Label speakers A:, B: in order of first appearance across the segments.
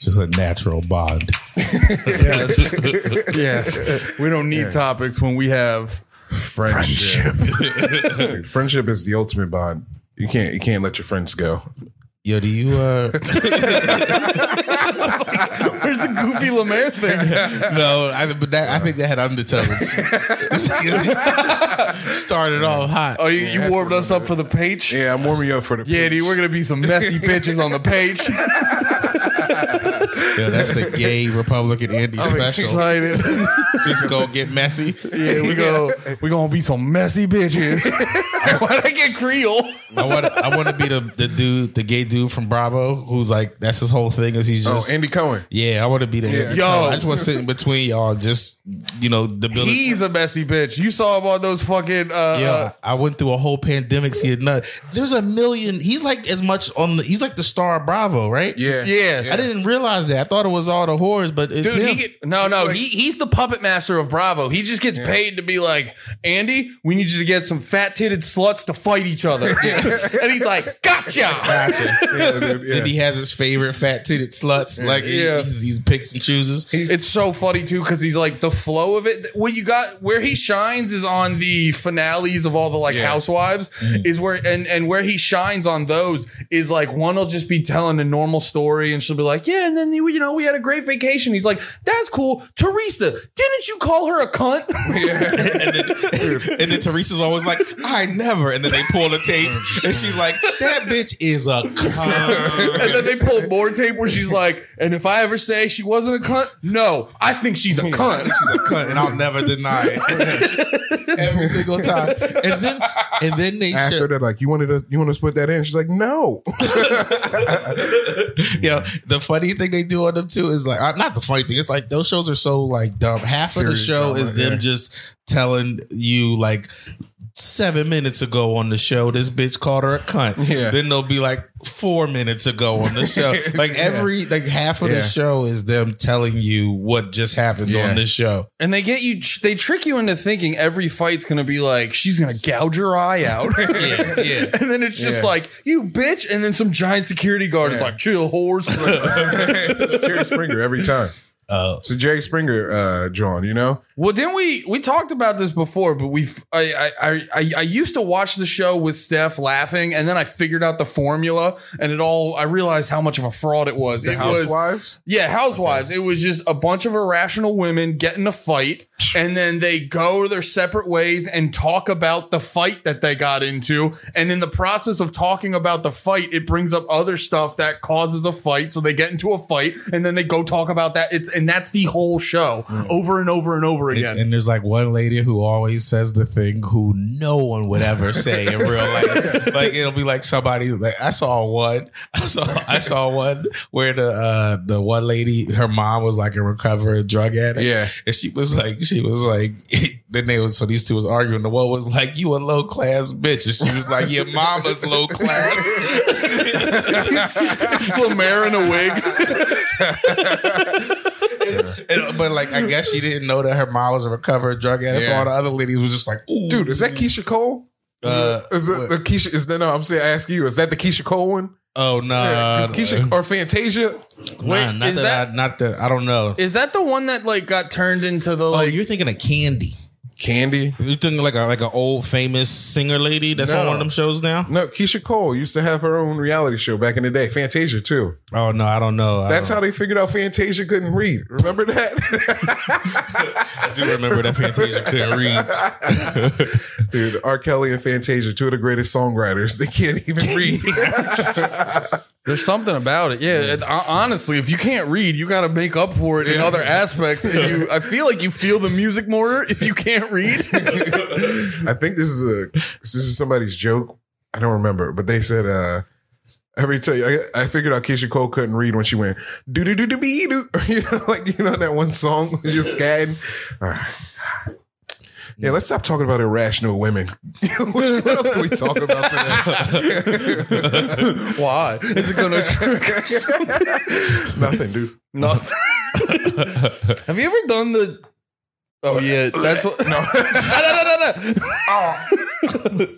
A: Just a natural bond.
B: yes. We don't need topics when we have
C: Friendship. Friendship. is the ultimate bond. You can't you can't let your friends go.
A: Yo, do you uh
B: Where's the goofy Lemaire thing?
A: no, I but that I think that had undertones. Started off hot.
B: Oh, you, you warmed us up for the page?
C: Yeah, I'm warming you up for the
B: Yeah, dude,
C: pitch.
B: we're gonna be some messy bitches on the page.
A: Yeah, that's the gay Republican Andy
B: I'm
A: special.
B: excited.
A: Just go get messy.
B: Yeah, we go. We gonna be some messy bitches. Why'd I get Creole?
A: I want I want to be the, the dude, the gay dude from Bravo, who's like that's his whole thing is he's
C: Oh,
A: just
C: Andy Cohen.
A: yeah. I want to be the Andy
B: Yo.
A: Cohen. I just want to sit in between y'all, and just you know the building.
B: He's a messy bitch. You saw him on those fucking. Uh,
A: Yeah,
B: uh,
A: I went through a whole pandemic. See, nut. There's a million. He's like as much on the. He's like the star of Bravo, right?
C: Yeah.
B: Yeah.
A: I didn't realize that. I thought it was all the whores, but it's
B: Dude, he
A: him.
B: get, no, no, he he's the puppet master of Bravo. He just gets paid to be like, Andy, we need you to get some fat titted sluts to fight each other. and he's like, gotcha.
C: Yeah, dude, yeah.
A: Then he has his favorite fat titted sluts. Like he,
B: Yeah.
A: he's, he's picks and chooses.
B: It's so funny too because he's like the flow of it. What you got, where he shines is on the finales of all the like
C: Yeah.
B: housewives is where and and where he shines on those is like one will just be telling a normal story and she'll be like, yeah, and then you know we had a great vacation. He's like, that's cool. Teresa, didn't you call her a cunt?
A: And then Teresa's always like, "I never." And then they pull the tape, and she's like, "That bitch is a cunt."
B: And then they pulled more tape where she's like, and if I ever say she wasn't a cunt, no, I think she's a cunt.
A: She's a cunt, and I'll never deny it every single time. And then, and then they show-
C: After that, like you wanted to you want us to put that in? She's like, no.
A: Yeah,
C: Mm-hmm.
A: the funny thing they do on them too is like uh, not the funny thing. It's like those shows are so like dumb. Half
C: Serious
A: of the show
C: drama,
A: is them
C: yeah.
A: just telling you like seven minutes ago on the show this bitch called her a cunt.
C: Yeah.
A: Then they'll be like four minutes ago on the show. like every like half of the
C: Yeah.
A: show is them telling you what just happened
C: Yeah.
A: on this show.
B: And they get you, they trick you into thinking every fight's gonna be like, she's gonna gouge her eye out.
A: Yeah, yeah.
B: And then it's just
C: Yeah.
B: like, you bitch. And then some giant security guard is
C: Yeah.
B: like, chill, whores.
C: Jerry Springer every time.
A: Uh,
C: It's a Jerry Springer uh John, you know?
B: well, didn't we, we talked about this before, but we've, I, I, I- I, I used to watch the show with Steph laughing, and then I figured out the formula, and it all, I realized how much of a fraud it was. it was,
C: Housewives?
B: Yeah, housewives. It was just a bunch of irrational women get in a fight, and then they go their separate ways and talk about the fight that they got into. And in the process of talking about the fight, it brings up other stuff that causes a fight. So they get into a fight, and then they go talk about that. It's and that's the whole show over and over and over again.
A: And, and there's like one lady who always says the thing who no one would ever say in real life. Like it'll be like somebody like I saw one. I saw I saw one where the uh the one lady her mom was like a recovered drug addict.
C: Yeah.
A: And she was like she was like then they was so these two was arguing. The one was like, You a low class bitch. And she was like, Your mama's low class.
B: Flamare in a wig.
A: And- uh, but like I guess she didn't know that her mom was a recovered drug addict. So
C: Yeah.
A: all the other ladies was just like, Ooh.
C: Dude, is that Keisha Cole?
A: Uh,
C: is it
A: what?
C: the Keisha? Is that no? I'm saying, I ask you, is that the Keisha Cole one?
A: oh no.
B: Uh,
C: is Keisha or Fantasia?
B: Wait,
A: nah, not
B: is
A: that,
B: that-
A: I, not that I don't know.
B: Is that the one that like got turned into the
A: oh,
B: like?
A: you're thinking of Candy.
C: Candy?
A: You're thinking like a like an old famous singer lady that's on
C: No.
A: one of them shows now.
C: No, Keisha Cole used to have her own reality show back in the day. Fantasia too.
A: Oh no, I don't know. I
C: That's
A: don't-
C: how they figured out Fantasia couldn't read. Remember that,
A: I do remember that Fantasia couldn't read.
C: dude? R. Kelly and Fantasia, two of the greatest songwriters. They can't even read.
B: There's something about it. Yeah. and hon- honestly, if you can't read, you got to make up for it in other aspects. And you, I feel like you feel the music more if you can't read.
C: I think this is a this is somebody's joke. I don't remember, but they said uh every tell you I, I figured out Keisha Cole couldn't read when she went do do do do be do you know like you know that one song just scatting. All right. Yeah, let's stop talking about irrational women. what else can we talk about today?
B: Why? Is it going to?
C: Nothing, dude.
B: No. Have you ever done the? Oh yeah, that's what. No, no, no, no. no. Oh.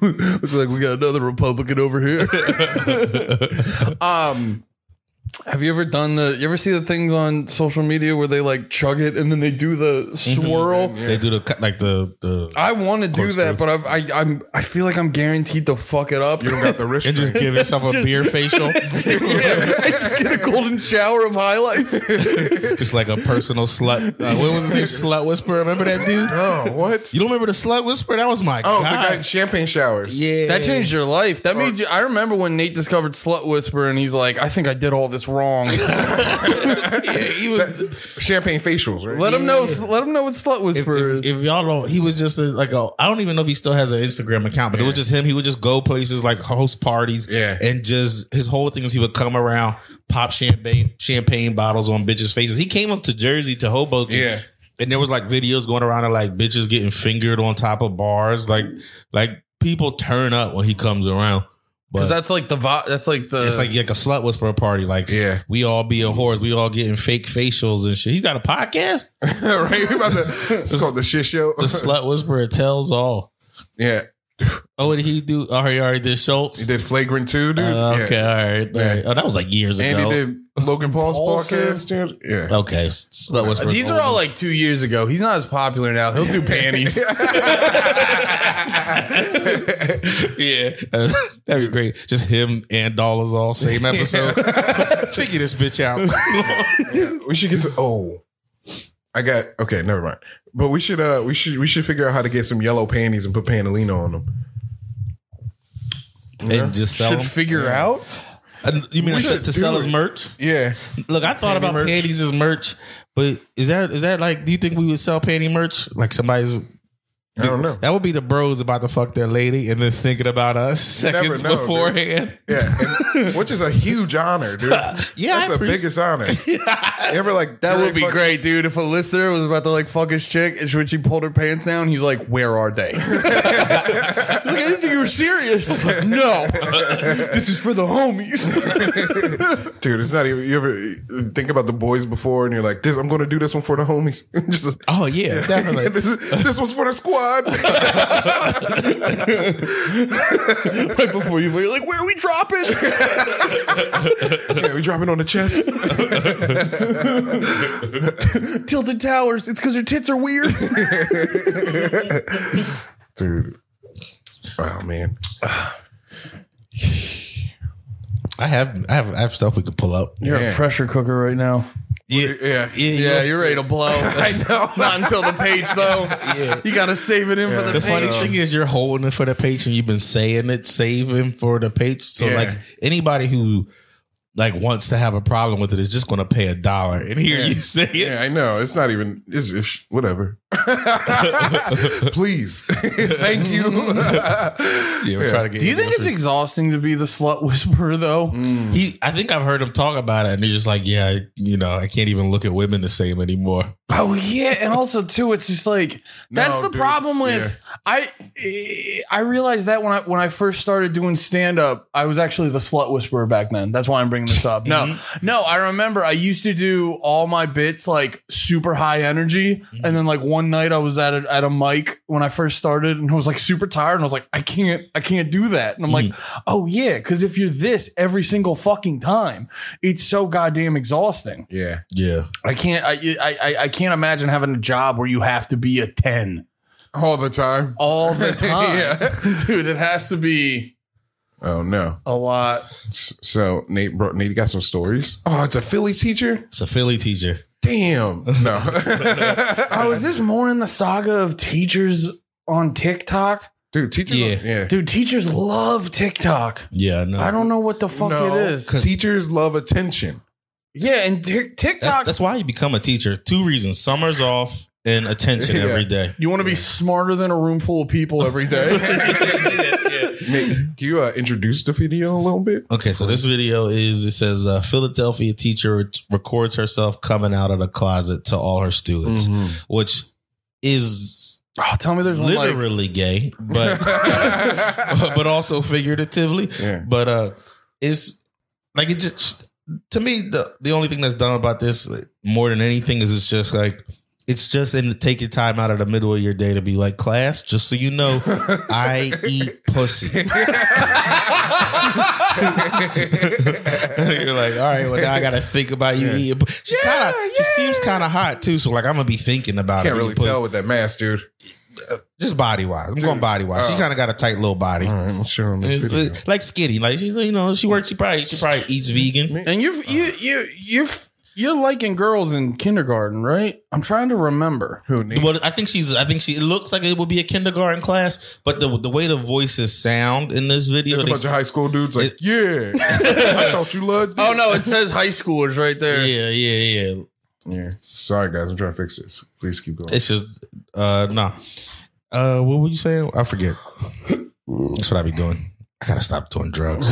B: Looks like we got another Republican over here. um, Have you ever done the? You ever see the things on social media where they like chug it and then they do the swirl?
A: They do the cut like the the
B: I want to do that, but I've, I I'm I feel like I'm guaranteed to fuck it up.
C: You don't got the wrist.
A: and just
C: strength.
A: give yourself a beer facial,
B: Yeah, I just get a golden shower of high life.
A: just like a personal slut. Uh, what was his name? Slut whisperer. Remember that dude?
C: oh, what?
A: You don't remember the slut whisperer? That was my
C: Oh, the
A: guy.
C: guy in champagne showers.
A: Yeah,
B: That changed your life. That made you. I remember when Nate discovered Slut Whisper, and he's like, "I think I did all this wrong."
A: Yeah, he was.
C: Champagne facials, right?
B: let him know. Let him know what Slut
A: if,
B: Whisper
A: if,
B: is.
A: if y'all don't, he was just a, like a. I don't even know if he still has an Instagram account, but it was just him. He would just go places like host parties,
C: Yeah.
A: and just his whole thing is he would come around, pop champagne champagne bottles on bitches' faces. He came up to Jersey to Hoboken,
C: Yeah.
A: and there was like videos going around of like bitches getting fingered on top of bars, like like people turn up when he comes around.
B: Because
A: But
B: that's like the vi- that's like the
A: it's like like a slut whisperer party, like
C: Uh. Yeah.
A: we all be a whores, we all getting fake facials and shit. He's got a podcast,
C: right? We about to, it's called the shit show.
A: the slut whisperer tells all.
C: yeah,
A: Oh, what did he do? Oh, he already did Schultz.
C: he did flagrant too, dude.
A: Uh,
C: Yeah.
A: okay, all right, all
C: Yeah.
A: right. Oh, that was like years
C: And
A: ago.
C: he did Logan Paul's
B: Paul's
C: podcast. dude. Yeah.
A: Okay, s- so that
C: Uh,
A: was
B: Uh, these are all like two years ago. He's not as popular now. He'll do panties.
A: yeah, Uh, that'd be great. Just him and Dollars all same episode. Figure this bitch out.
C: we should get some. Oh, I got okay. Never mind. But we should uh we should we should figure out how to get some yellow panties and put Panolino on them.
A: and just sell
B: Should
A: them.
B: figure out.
A: And you mean
C: We
A: to
C: should
A: to
C: do
A: sell his
C: it.
A: merch?
C: Yeah,
A: Look, I thought
C: Panty
A: about
C: merch.
A: panties as merch, but is that is that like? Do you think we would sell panty merch? Like somebody's
C: I don't know.
A: that would be the bros about to fuck their lady and then thinking about us
C: never
A: seconds
C: know, dude.
A: beforehand.
C: Yeah, and- which is a huge honor, dude.
A: Yeah,
C: that's
A: I
C: the
A: appreciate-
C: biggest honor. You ever like
B: That
C: you
B: would
C: ever
B: be
C: fuck-
B: great, dude. If a listener was about to like fuck his chick, and when she pulled her pants down, he's like, "Where are they?" He's like, I didn't think you were serious. I was like, no, this is for the homies.
C: dude. It's not even. You ever think about the boys before, and you're like, "This, I'm going to do this one for the homies." Just
A: Oh yeah, definitely.
C: this, this one's for the squad.
B: right before you, you're like, "Where are we dropping?"
C: yeah, we drop it on the chest.
B: Tilted towers. It's because your tits are weird.
C: dude. Oh man,
A: I have, I have, I have stuff we could pull up.
B: You're
C: Yeah.
B: a pressure cooker right now.
A: Yeah,
C: yeah.
B: Yeah, you're ready to blow. I know. Not until the page though.
A: Yeah.
B: You gotta save it in for the,
A: The
B: page.
A: funny thing is, you're holding it for the page, and you've been saying it, saving for the page. So,
C: Yeah.
A: like anybody who like wants to have a problem with it is just going to pay a dollar and hear
C: Yeah.
A: you say it.
C: Yeah, I know. It's not even. It's, it's whatever. Please, thank you.
A: Yeah, we're trying to get.
B: Do you think it's Mm.
A: groceries.
B: exhausting to be the slut whisperer though?
A: he? I think I've heard him talk about it, and he's just like, yeah, I, you know, I can't even look at women the same anymore.
B: Oh yeah, and also too, it's just like that's
C: No,
B: the
C: dude.
B: problem with I. I realized that when I when I first started doing stand up, I was actually the slut whisperer back then. That's why I'm bringing this up. No,
C: Mm-hmm.
B: no, I remember I used to do all my bits like super high energy,
C: Mm-hmm.
B: and then like one night I was at a, at a mic when I first started, and I was like super tired, and I was like, I can't, I can't do that, and I'm like,
C: Mm.
B: oh yeah, because if you're this every single fucking time, it's so goddamn exhausting.
C: yeah,
A: Yeah,
B: I can't. I, I I- I can't imagine having a job where you have to be a ten
C: all the time.
B: all the time,
C: Yeah.
B: dude. It has to be
C: Oh no.
B: a lot.
C: S- So Nate, bro, Nate, you got some stories. Oh, it's a Philly teacher.
A: it's a Philly teacher.
C: Damn. No.
B: Oh, is this more in the saga of teachers on TikTok?
C: dude, teachers.
A: Yeah.
C: yeah.
B: Dude, teachers love TikTok.
A: Yeah, no,
B: I don't know what the fuck
C: No,
B: it is.
C: Teachers love attention.
B: Yeah, and Tik
A: That's,
B: TikTok.
A: that's why you become a teacher. Two reasons: summer's off and attention
C: Yeah.
A: every day.
B: you want to be smarter than a room full of people every day.
C: Nate, can you uh, introduce the video a little bit?
A: Okay, so this video is it says a Philadelphia teacher ret- records herself coming out of the closet to all her students, which is
B: oh, tell me, there's one like
A: literally gay, but but also figuratively.
C: Yeah.
A: But uh it's like it just to me the the only thing that's dumb about this like, more than anything is it's just like it's just in taking time out of the middle of your day to be like class, just so you know, I eat pussy. You're like, all right, well now I gotta think about you eating. pu- She's
C: Yeah,
A: kind of, she seems kind of hot too. So like, I'm gonna be thinking about
C: Can't
A: it.
C: really tell with that mask, dude.
A: Just body wise, I'm going body wise. she
C: Oh.
A: kind of got a tight little body.
C: All right, let's show him the
A: It's,
C: uh, video.
A: uh, like skinny, like she's you know she works. She probably she probably eats vegan.
B: And you've you
A: Uh-huh.
B: you you've you're liking girls in kindergarten, right? I'm trying to remember.
C: Who needs?
A: Well, I think she's. I think she. It looks like it would be a kindergarten class, but the the way the voices sound in this video,
C: It's a
A: they
C: bunch of high school dudes like, yeah. I thought you loved.
B: Oh no, it says high schoolers right there.
A: Yeah, yeah, yeah.
C: Yeah. Sorry, guys. I'm trying to fix this. Please keep going.
A: It's just uh no. Uh what were you saying? I forget. That's what I be doing. I gotta stop doing drugs.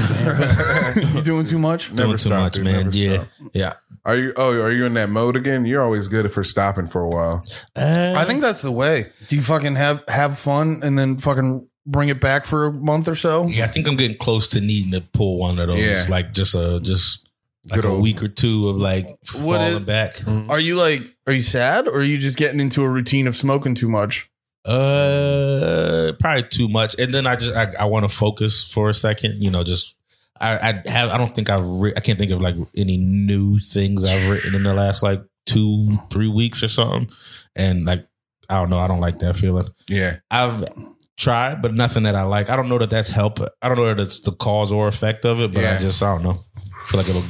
B: You doing too much?
A: doing
C: Never
A: too
C: stop,
A: much,
C: dude.
A: man.
C: Never
A: Yeah.
C: stop.
A: Yeah.
C: Are you? Oh, are you in that mode again? You're always good for stopping for a while.
A: Uh,
B: I think that's the way. Do you fucking have have fun and then fucking bring it back for a month or so?
A: yeah, I think I'm getting close to needing to pull one of those.
C: Yeah.
A: Like just a just like
C: Good
A: a
C: old-
A: week or two of like
B: What
A: falling
B: is-
A: back.
B: Are you like are you sad or are you just getting into a routine of smoking too much?
A: Uh probably too much. And then I just I, I wanna focus for a second, you know, just I, I have I don't think I've re- I can't think of like any new things I've written in the last like two, three weeks or something. And like I don't know, I don't like that feeling.
C: Yeah.
A: I've tried, but nothing that I like. I don't know that that's help. I don't know that it's the cause or effect of it, but I
C: Yeah.
A: just I don't know. feel like it'll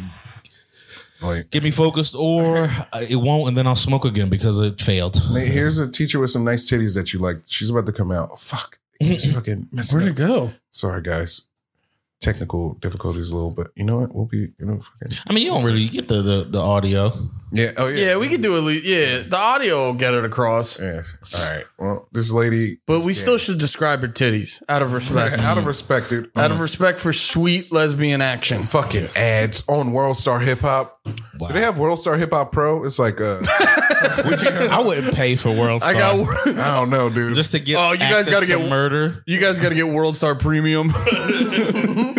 C: Like
A: get me focused, or uh, it won't, and then I'll smoke again because it failed.
C: Nate, here's a teacher with some nice titties that you like. She's about to come out. Fuck. She's fucking messing up.
B: go?
C: Sorry, guys. Technical difficulties a little, but you know what? We'll be you know fucking
A: I mean, you don't really get the the, the audio.
C: yeah. Oh
B: Yeah, we could do at least yeah, the audio will get it across.
C: Yeah. All right. Well, this lady.
B: But we
C: Yeah.
B: still should describe her titties out of respect.
C: out of respect, dude. um,
B: out of respect for sweet lesbian action.
C: fucking ads on World Star Hip Hop.
A: Wow.
C: Do they have World Star Hip Hop Pro? It's like uh,
A: I wouldn't pay for World Star.
B: I got
C: I don't know, dude.
A: just to get.
B: Oh, you guys
A: access
B: gotta
A: to
B: get-
A: murder.
B: You guys got to get World Star Premium.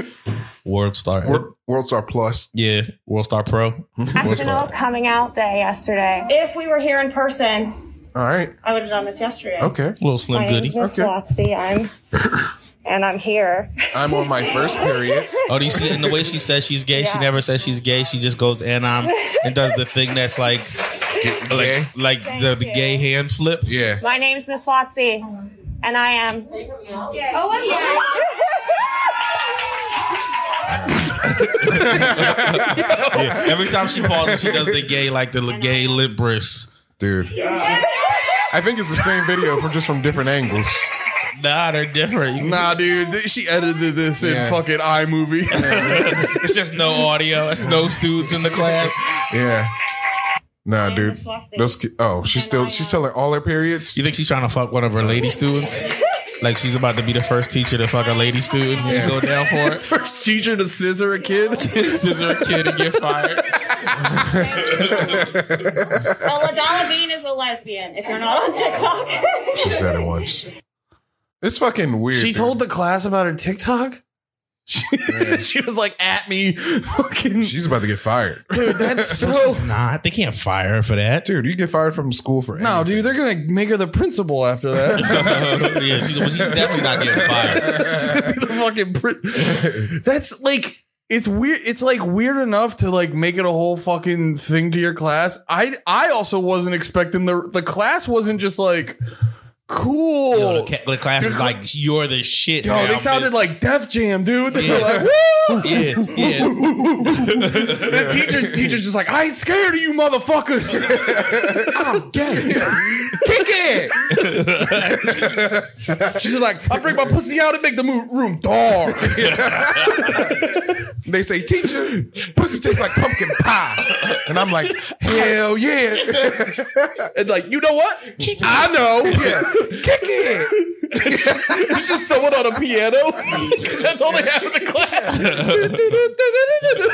A: World Star.
C: Wor- World Star Plus.
A: yeah, World Star Pro. World
D: National
A: Star.
D: coming out day yesterday. If we were here in person,
C: All right.
B: Um,
D: I would have done this yesterday.
C: Okay.
A: Little
D: My
A: Slim
D: name's
A: Goody.
D: Miss
C: Okay.
D: Watsy. I'm and I'm here.
C: I'm on my first period.
A: Oh, do you see? And the way she says she's gay, she
D: Yeah.
A: never says she's gay. She just goes and I'm and does the thing that's like,
C: Gay?
A: like, like the, the gay hand flip.
C: Yeah.
D: My name's Miss Watsy, and I am. Oh,
A: Yeah. Every time she pauses, she does the gay, like the l- gay lip brisk.
C: Dude. I think it's the same video from just from different angles.
A: Nah, they're different. You-
B: nah, dude, th- she edited this in
C: Yeah.
B: fucking iMovie.
A: It's just no audio. It's no students in the class.
C: Yeah. Nah, dude. Those ki- oh, she's still she's telling all her periods.
A: You think she's trying to fuck one of her lady students? Like she's about to be the first teacher to fuck a lady student and
C: Yeah.
A: go down for it.
B: First teacher to scissor a kid.
A: Scissor a kid and get fired.
D: Well, Ladonna Bean is a lesbian. If you're not on TikTok,
C: She said it once. It's fucking weird.
B: She
C: dude.
B: told the class about her TikTok. She, she was like, "At me, fucking
C: she's about to get fired.
B: dude." That's so.
A: She's not. They can't fire her for that.
C: Dude, you get fired from school for
B: No, dude, they're gonna make her the principal after that.
A: yeah, she's, well, she's definitely not getting fired.
B: the fucking. Pri- That's like. It's weird. It's like weird enough to like make it a whole fucking thing to your class. I I also wasn't expecting the the class wasn't just like cool.
A: Yo, the, ca- the class was like, "You're the shit."
B: Yo,
A: now,
B: they sounded
A: miss."
B: like Def Jam, dude. They were
A: Yeah.
B: like, woo!
A: yeah, yeah.
B: The teacher, teacher's just like, I ain't scared of you motherfuckers.
A: I'm gay.
B: Kick it. She's just like, I bring my pussy out and make the mo- room dark.
C: They say, teacher, pussy tastes like pumpkin pie. And I'm like, hell yeah.
B: And like, you know what? I know.
C: Kick it.
B: It's just someone on a piano. 'Cause That's all they have in the class.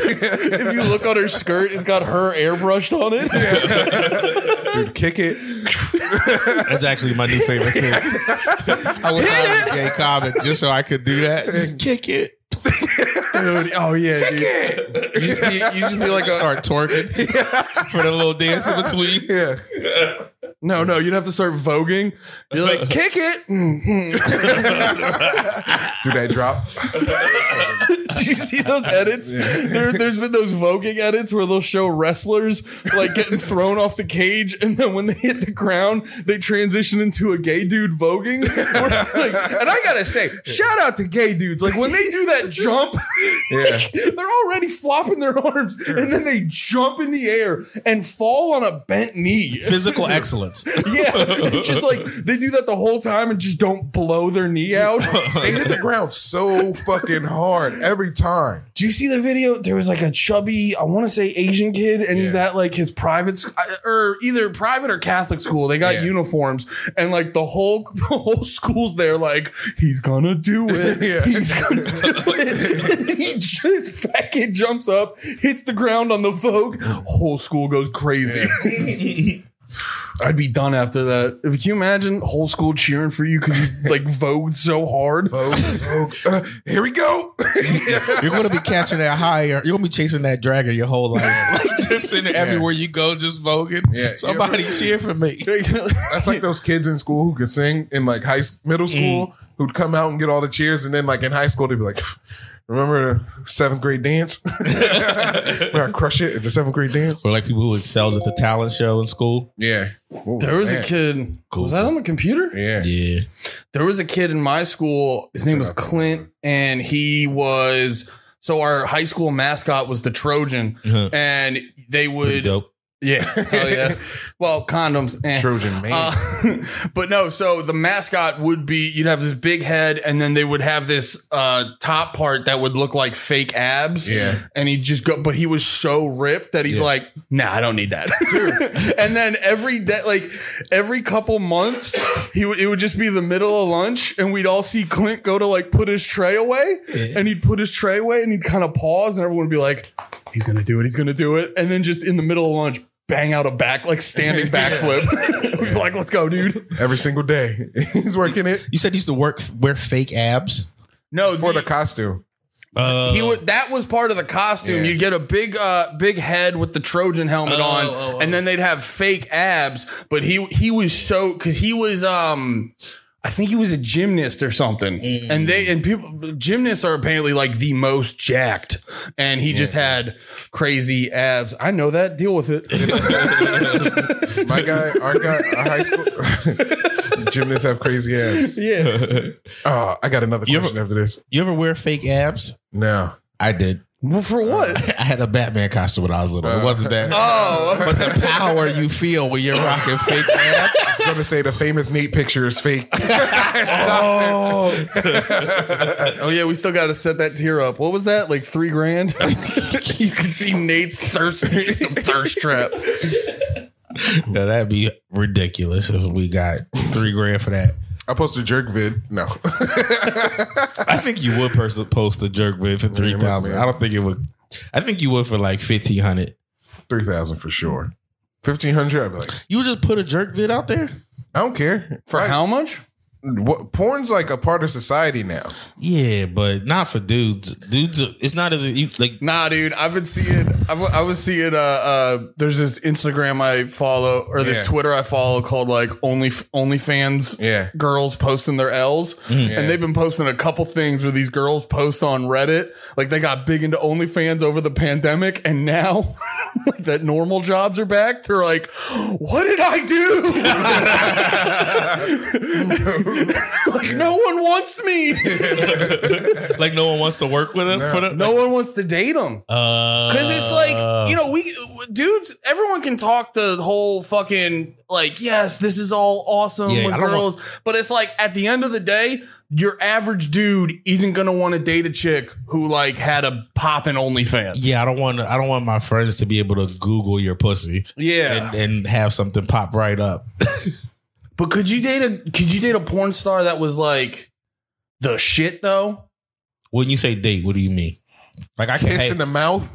B: if you look on her skirt, it's got her airbrushed on it.
C: Dude, kick it.
A: That's actually my new favorite thing. I wish I was a gay comic just so I could do that. Just kick it.
B: Dude, oh yeah, dude. You just be, you just be like a,
A: Start twerking for the little dance in between.
C: Yeah.
B: No, no, you'd have to start voguing. You're like, kick it. Mhm.
C: Do that drop?
B: Do you see those edits? There, there's been those voguing edits where they'll show wrestlers like getting thrown off the cage, and then when they hit the ground, they transition into a gay dude voguing. We're like- and I gotta say, shout out to gay dudes. Like when they do that jump,
C: Yeah.
B: they're already flopping their arms, and then they jump in the air and fall on a bent knee.
A: Physical excellence.
B: Yeah, it's just like they do that the whole time and just don't blow their knee out.
C: They hit the ground so fucking hard every time.
B: do you see the video? There was like a chubby, I want to say Asian kid, and he's
C: Yeah.
B: at like his private sc- uh, or either private or Catholic school. They got
C: Yeah.
B: uniforms, and like the whole the whole school's there. Like he's gonna do it.
C: Yeah.
B: He's gonna do it. and he just fat kid jumps up, hits the ground on the Vogue. Whole school goes crazy. I'd be done after that. If you imagine whole school cheering for you because you like vogued so hard.
C: Vogue, Vogue. Uh, here we go.
A: You're going to be catching that higher. You're going to be chasing that dragon your whole life. Like just in everywhere you go, just voguing.
C: Yeah.
A: Somebody cheer for me.
C: That's like those kids in school who could sing in like high s-
B: Mm.
C: middle school who'd come out and get all the cheers, and then like in high school they'd be like, "Remember the seventh grade dance? Where I crush it at the seventh grade dance."
A: Or like people who excelled at the talent show in school.
C: Yeah, What
B: There was a
C: that?
B: kid. Was that on the computer?
C: Yeah,
A: Yeah.
B: There was a kid in my school. His name was Clint, and he was so our high school mascot was the Trojan,
A: Uh-huh.
B: and they
A: Pretty
B: would
A: dope.
B: yeah, hell yeah. well, condoms. Eh.
C: Trojan man.
B: Uh, but no, so the mascot would be you'd have this big head, and then they would have this uh, top part that would look like fake abs.
C: Yeah.
B: And he'd just go, but he was so ripped that he's like, nah, I don't need that. and then every day, like every couple months, he would it would just be the middle of lunch, and we'd all see Clint go to like put his tray away, and he'd put his tray away, and he'd kind of pause, and everyone would be like, he's gonna do it, he's gonna do it, and then just in the middle of lunch. Bang out a back like standing backflip. We'd be like, let's go, dude.
C: every single day he's working it
A: You said you used to work wear fake abs.
B: No,
C: for the
B: the,
C: costume.
A: Uh,
B: he would. That was part of the costume.
C: Yeah.
B: You'd get a big, uh, big head with the Trojan helmet
A: Oh,
B: on,
A: oh, oh.
B: and then they'd have fake abs. But he he was so because he was um. I think he was a gymnast or something,
A: Mm.
B: and they and people gymnasts are apparently like the most jacked, and he just had crazy abs. I know that. Deal with it.
C: My guy, our guy, our high school gymnasts have crazy abs.
B: yeah.
C: Oh, I got another
A: You
C: question after this.
A: you ever wear fake abs?
C: No,
A: I did.
B: Well, for what?
A: I had a Batman costume when I was little. It wasn't that.
B: Oh,
A: But the power you feel when you're rocking fake abs.
C: I was gonna say the famous Nate picture is fake.
B: oh, oh yeah. We still got to set that tier up. What was that? Like three grand? you can see Nate's thirsty, some thirst traps.
A: Now, that'd be ridiculous if we got three grand for that.
C: I posted a jerk vid. No,
A: I think you would pers- post a jerk vid for three thousand. I don't think it would. I think you would for like fifteen hundred.
C: three thousand for sure. Fifteen hundred. I'd be like,
A: You would just put a jerk vid out there.
C: I don't care.
B: For how much?
C: What porn's like a part of society now.
A: Yeah, but not for dudes. Dudes, are- it's not as you like.
B: Nah, dude. I've been seeing. I wa- I was seeing. Uh, uh, there's this Instagram I follow or this
C: Yeah.
B: Twitter I follow called like Only OnlyFans.
C: Yeah.
B: Girls posting their L's,
C: Yeah.
B: and they've been posting a couple things where these girls post on Reddit. Like they got big into OnlyFans over the pandemic, and now that normal jobs are back, they're like, "What did I do? like no one wants me.
A: Like no one wants to work with them. For uh, them.
B: no one wants to date them." Because it's like, you know, we dudes, everyone can talk the whole fucking like, yes, this is all awesome
A: Yeah,
B: with
A: I don't
B: girls. but it's like at the end of the day, your average dude isn't gonna want to date a chick who like had a poppin' OnlyFans.
A: Yeah, I don't want. I don't want my friends to be able to Google your pussy
B: Yeah.
A: and, and have something pop right up.
B: but could you date a could you date a porn star that was like the shit though?
A: when you say date, what do you mean? Like I can
C: Kiss
A: hey,
C: in the mouth.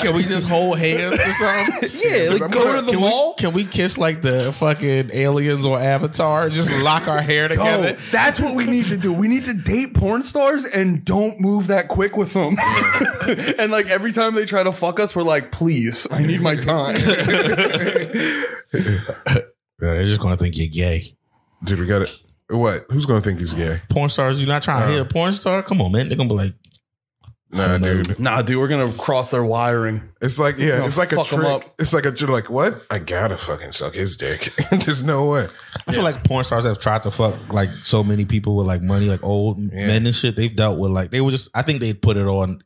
A: Can we just hold hands or something?
B: Yeah, like go to the
A: can
B: mall.
A: We, can we kiss like the fucking aliens on Avatar? Just lock our hair together.
B: Oh, that's what we need to do. We need to date porn stars and don't move that quick with them. and like every time they try to fuck us, we're like, please, I need my time.
A: Yeah, They're just gonna think you're gay.
C: Dude, we got it. What? Who's gonna think he's gay?
A: Porn stars, you're not trying to hit a porn star? Come on, man. They're gonna be like,
C: Nah, dude.
B: nah, dude, we're gonna cross their wiring.
C: It's like yeah,
B: gonna
C: it's like a
B: fuck 'em
C: trick.
B: up.
C: It's like a you're like what? I gotta fucking suck his dick. There's no way.
A: I feel like porn stars have tried to fuck like so many people with like money, like old men and shit. They've dealt with like they were just. I think they put it on.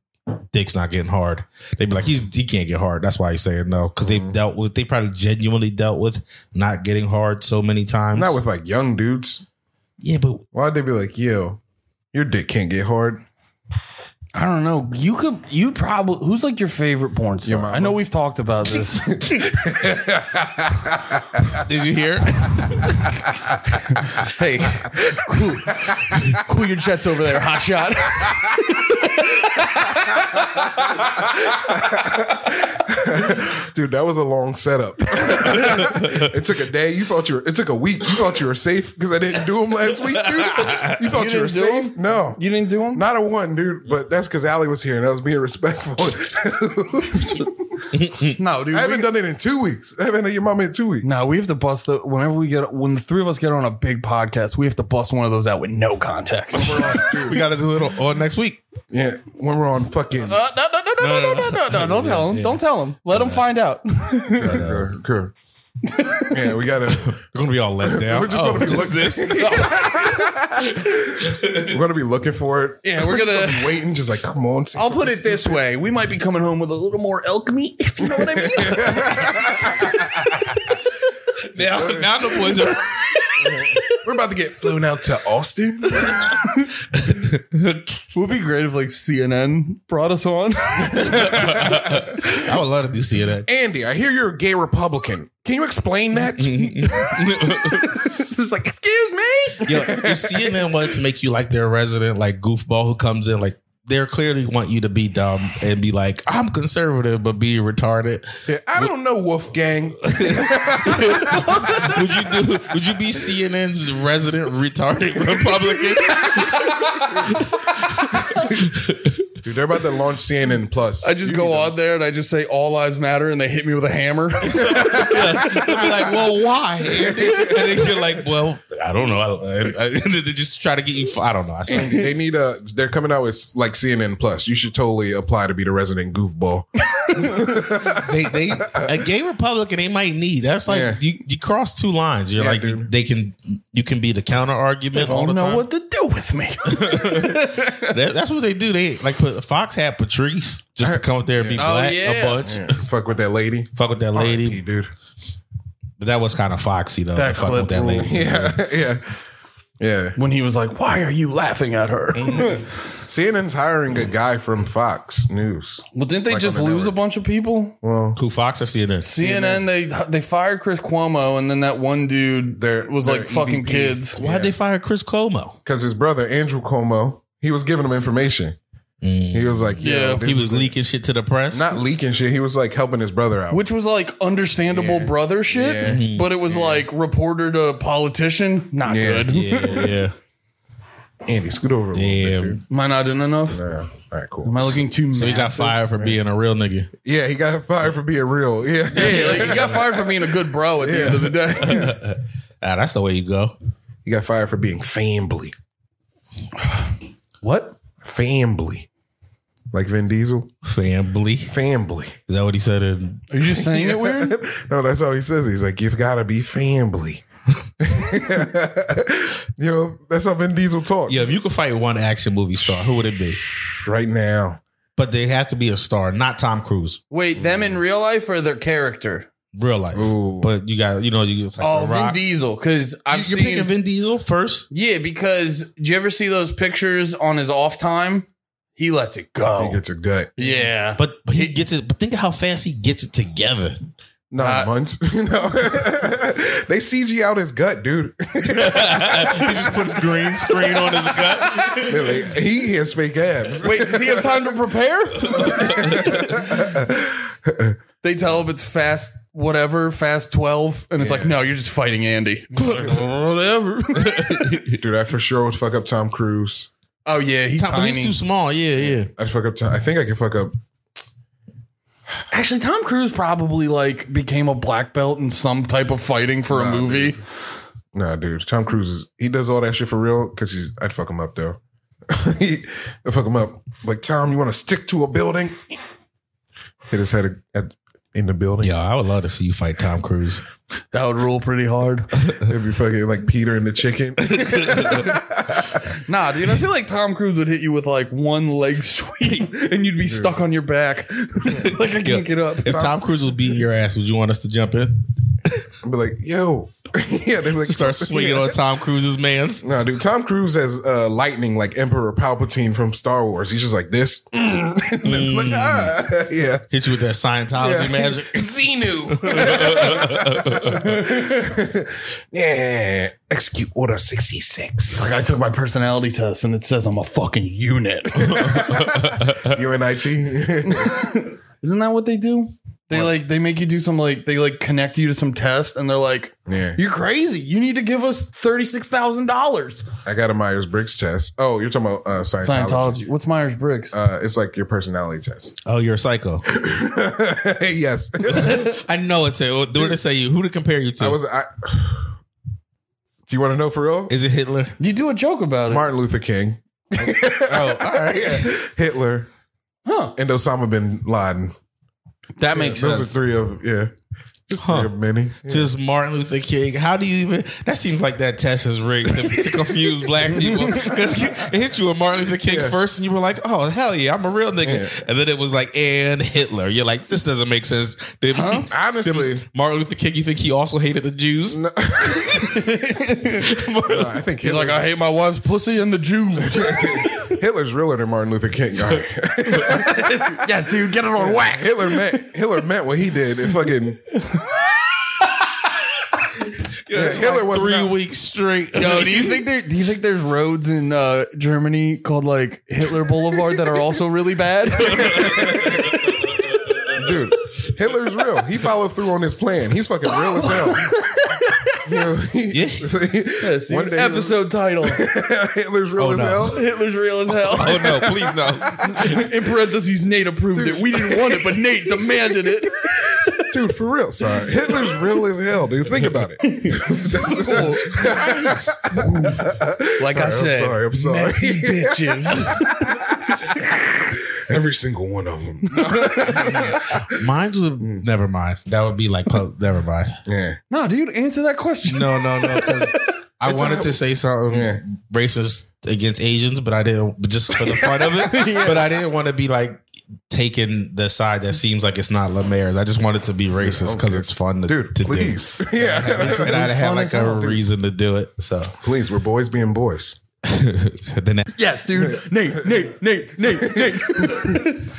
A: Dick's not getting hard. They'd be like, he's he can't get hard. That's why he's saying no because they've dealt with. They probably genuinely dealt with not getting hard so many times.
C: Not with like young dudes.
A: yeah, but
C: Why'd they be like, yo, your dick can't get hard?
B: I don't know. You could, you probably, who's like your favorite porn star?
C: mama.
B: I know we've talked about this.
A: did you hear?
B: hey, cool, cool your jets over there, hot shot.
C: Dude, that was a long setup. it took a day. You thought you were. It took a week. You thought you were safe because I didn't do them last week, dude. You thought you,
B: didn't
C: were
B: do
C: safe?
B: 'em?
C: No,
B: You didn't do them?
C: not a one, dude. But that's because Allie was here and I was being respectful.
B: No, dude. we-
C: I haven't done it in two weeks. I haven't done your mama in two weeks.
B: No, we have to bust the whenever we get when the three of us get on a big podcast, we have to bust one of those out with no context. no,
A: we got to do it on, on next week.
C: Yeah, when we're on fucking.
B: Uh, no, no, no, no, no, no, no, no! Don't tell him. Don't tell him. Let him find out.
C: Girl, girl. yeah, we gotta.
A: We're gonna be all let down.
C: We're just
A: Oh,
C: gonna be looking.
A: this.
C: We're gonna be looking for it.
B: Yeah, we're
C: just
B: gonna-
C: be waiting. Just like, come on. say
B: I'll put
C: something
B: it this way: we might be coming home with a little more elk meat, if you know what I mean.
A: now, now the boys are.
C: stupid. We're about to get flown out to Austin.
B: it would be great if like CNN brought us on.
A: I would love to do see that.
C: Andy, I hear you're a gay Republican. Can you explain that?
B: Just like, excuse me.
A: Yo, if CNN wanted to make you like their resident, like goofball who comes in, like they're clearly want you to be dumb and be like, I'm conservative but be retarded.
C: Yeah, I don't know, Wolfgang.
A: Would you do? Would you be CNN's resident retarded Republican?
C: Dude, they're about to launch CNN Plus.
B: I just go on there and I just say all lives matter, and they hit me with a hammer.
A: They'd be like, well, why? And then you're like, well, I don't know. I, I, I, they just try to get you. I don't know. I said,
C: They need a. They're coming out with like CNN Plus. You should totally apply to be the resident goofball.
A: they, they a gay Republican they might need. That's like
C: Yeah.
A: you, you cross two lines. You're
C: Yeah,
A: like
C: dude.
A: they can you can be the counter argument all the
B: Don't know
A: time.
B: what to do with me.
A: That, that's what they do. They like put Fox had Patrice just to come up there and be
C: Oh,
A: black
B: yeah.
A: a bunch.
C: Fuck with that lady.
A: Fuck with that
C: R.I.P.,
A: lady.
C: dude.
A: But that was kind of foxy though.
B: That
A: fuck with
B: clip
A: that
B: ruled.
A: lady.
C: Yeah, yeah, yeah.
B: when he was like, "Why are you laughing at her?"
C: CNN's hiring a guy from Fox News.
B: Well, didn't they
C: Like
B: just
C: on the
B: lose
C: network.
B: a bunch of people?
C: Well,
A: Who Fox or CNN?
B: CNN, they they fired Chris Cuomo, and then that one dude
C: Their-
B: was
C: their
B: like fucking
C: EVP.
B: kids.
A: Why'd they fire Chris Cuomo?
C: because his brother Andrew Cuomo, he was giving him information. He was like,
B: Yeah.
C: yeah,
A: He was leaking shit to the press.
C: not leaking shit. He was like helping his brother out.
B: Which was like understandable
C: Yeah.
B: brother shit,
C: Yeah.
B: but it was like reporter to politician, not
C: Yeah.
B: good.
A: yeah, yeah.
C: Andy, scoot over a little bit.
A: Damn.
C: Dude.
B: Am I not in enough?
C: Yeah. All right, cool.
B: Am I looking too?
A: So he got
B: massive?
A: fired for being a real nigga.
C: yeah, he got fired for being real. Yeah,
B: Yeah, like, he got fired for being a good bro at the end of the day.
A: Ah, that's the way you go.
C: he got fired for being family,
B: what?
C: family, like Vin Diesel,
A: Family. Is
C: family.
A: that what he said in
B: Are you just saying it weird?
C: no, that's how he says. it. He's like, you've got to be family. you know, that's how Vin Diesel talks.
A: Yeah, if you could fight one action movie star, who would it be?
C: Right now,
A: But they have to be a star, not Tom Cruise.
B: Wait, them in real life or their character?
A: Real life.
C: Ooh.
A: But you got you know you it's like
B: Oh,
A: the rock.
B: Vin Diesel. Because I've
A: you,
B: seen
A: you're picking Vin Diesel first.
B: Yeah, because do you ever see those pictures on his off time? He lets it
C: he
B: go.
C: gets a gut.
B: Yeah.
A: But, but he gets it. But think of how fast he gets it together.
C: Not
B: Uh,
C: months. You know, they CG out his gut, dude.
A: he just puts green screen on his gut.
C: They're like, he has fake abs.
B: Wait, does he have time to prepare? they tell him it's fast, whatever, fast 12. And it's like, no, you're just fighting Andy.
A: "Oh,
B: whatever.
C: dude, I for sure would fuck up Tom Cruise.
B: oh, yeah, he's
A: Tom,
B: tiny.
A: he's too small. Yeah, yeah.
C: I'd fuck up Tom. I think I could fuck up.
B: Actually, Tom Cruise probably like became a black belt in some type of fighting for a movie.
C: Nah, dude. Tom Cruise is he does all that shit for real because he's. I'd fuck him up though. I'd fuck him up. Like Tom, you want to stick to a building? Hit his head at, in the building.
A: Yo, I would love to see you fight Tom Cruise.
B: That would rule pretty hard.
C: If you fucking like Peter and the chicken.
B: Nah, dude, I feel like Tom Cruise would hit you with like one leg sweep and you'd be stuck on your back. like, I can't get up.
A: If Tom Cruise was beating your ass, would you want us to jump in?
C: I'd be like, yo, yeah. They like
A: Start swinging on Tom Cruise's mans.
C: No, dude. Tom Cruise has uh, lightning like Emperor Palpatine from Star Wars. He's just like this. And then,
A: Mm.
C: like, ah, yeah.
A: Hit you with that Scientology
C: Yeah.
A: magic.
C: Xenu. yeah. Execute Order 66.
B: Like I took my personality test and it says I'm a fucking unit.
C: You in IT?
B: Isn't that what they do? They like they make you do some like they like connect you to some test and they're like,
C: yeah.
B: "You're crazy. You need to give us thirty six thousand dollars."
C: I got a Myers Briggs test. Oh, you're talking about uh, Scientology.
B: Scientology. What's Myers Briggs?
C: Uh, it's like your personality test.
A: Oh, you're a psycho.
C: yes.
A: I know it's a. What do they say? You who to compare you to?
C: I was. I, do you want to know for real?
A: Is it Hitler?
B: you do a joke about it,
C: Martin Luther King.
A: Oh, all right.
C: Hitler.
B: huh?
C: And Osama bin Laden.
B: That makes
C: Those
B: sense.
C: are three of yeah. Just
A: Huh.
C: three of many.
A: Just Martin Luther King. How do you even? That seems like that test is rigged to, to confuse black people. Because it hit you with Martin Luther King
C: Yeah.
A: first, and you were like, "Oh hell yeah, I'm a real nigga."
C: Yeah.
A: And then it was like, "And Hitler." You're like, "This doesn't make sense." Did,
C: Honestly.
A: did Martin Luther King. You think he also hated the Jews?
C: No. No, uh, I think
B: He's
C: Hitler,
B: like, I hate my wife's pussy and the Jews.
C: Hitler's realer than Martin Luther King. All right.
B: yes, dude, get it on whack.
C: Hitler meant Hitler meant what he did. It fucking
A: Yeah,
C: Yeah, Hitler was
A: three
C: not-
A: weeks straight.
B: Yo, do you think there? Do you think there's roads in uh, Germany called like Hitler Boulevard that are also really bad?
C: dude. Hitler's real. He followed through on his plan. He's fucking real as hell. You know, he-
B: Yes,
C: One day-
B: episode title:
C: Hitler's real
A: Oh,
C: as
A: no.
C: hell.
B: Hitler's real as hell.
A: Oh no, please no.
B: In parentheses, Nate approved it. We didn't want it, but Nate demanded it.
C: Dude, for real. Sorry. Hitler's real as hell, dude. Think about it.
B: Like I
C: I'm
B: said,
C: sorry, I'm sorry.
B: messy bitches.
C: Every single one of them.
A: Mine would never mind. That would be like pub- never mind.
C: Yeah.
B: no, dude, answer that question.
A: No, no, no. Because I wanted to say something
C: Yeah.
A: racist against Asians, but I didn't just for the fun of it. But I didn't want to be like taking the side that seems like it's not Lemaire's. I just wanted to be racist because it's fun to,
C: Dude,
A: to
C: please.
A: do.
C: Yeah.
A: And I had
B: fun
A: like
B: as
A: a
B: hell, dude.
A: reason to do it. So
C: Please, we're boys being boys.
A: then that-
B: Yes, dude. Nate, Nate, Nate, Nate, Nate.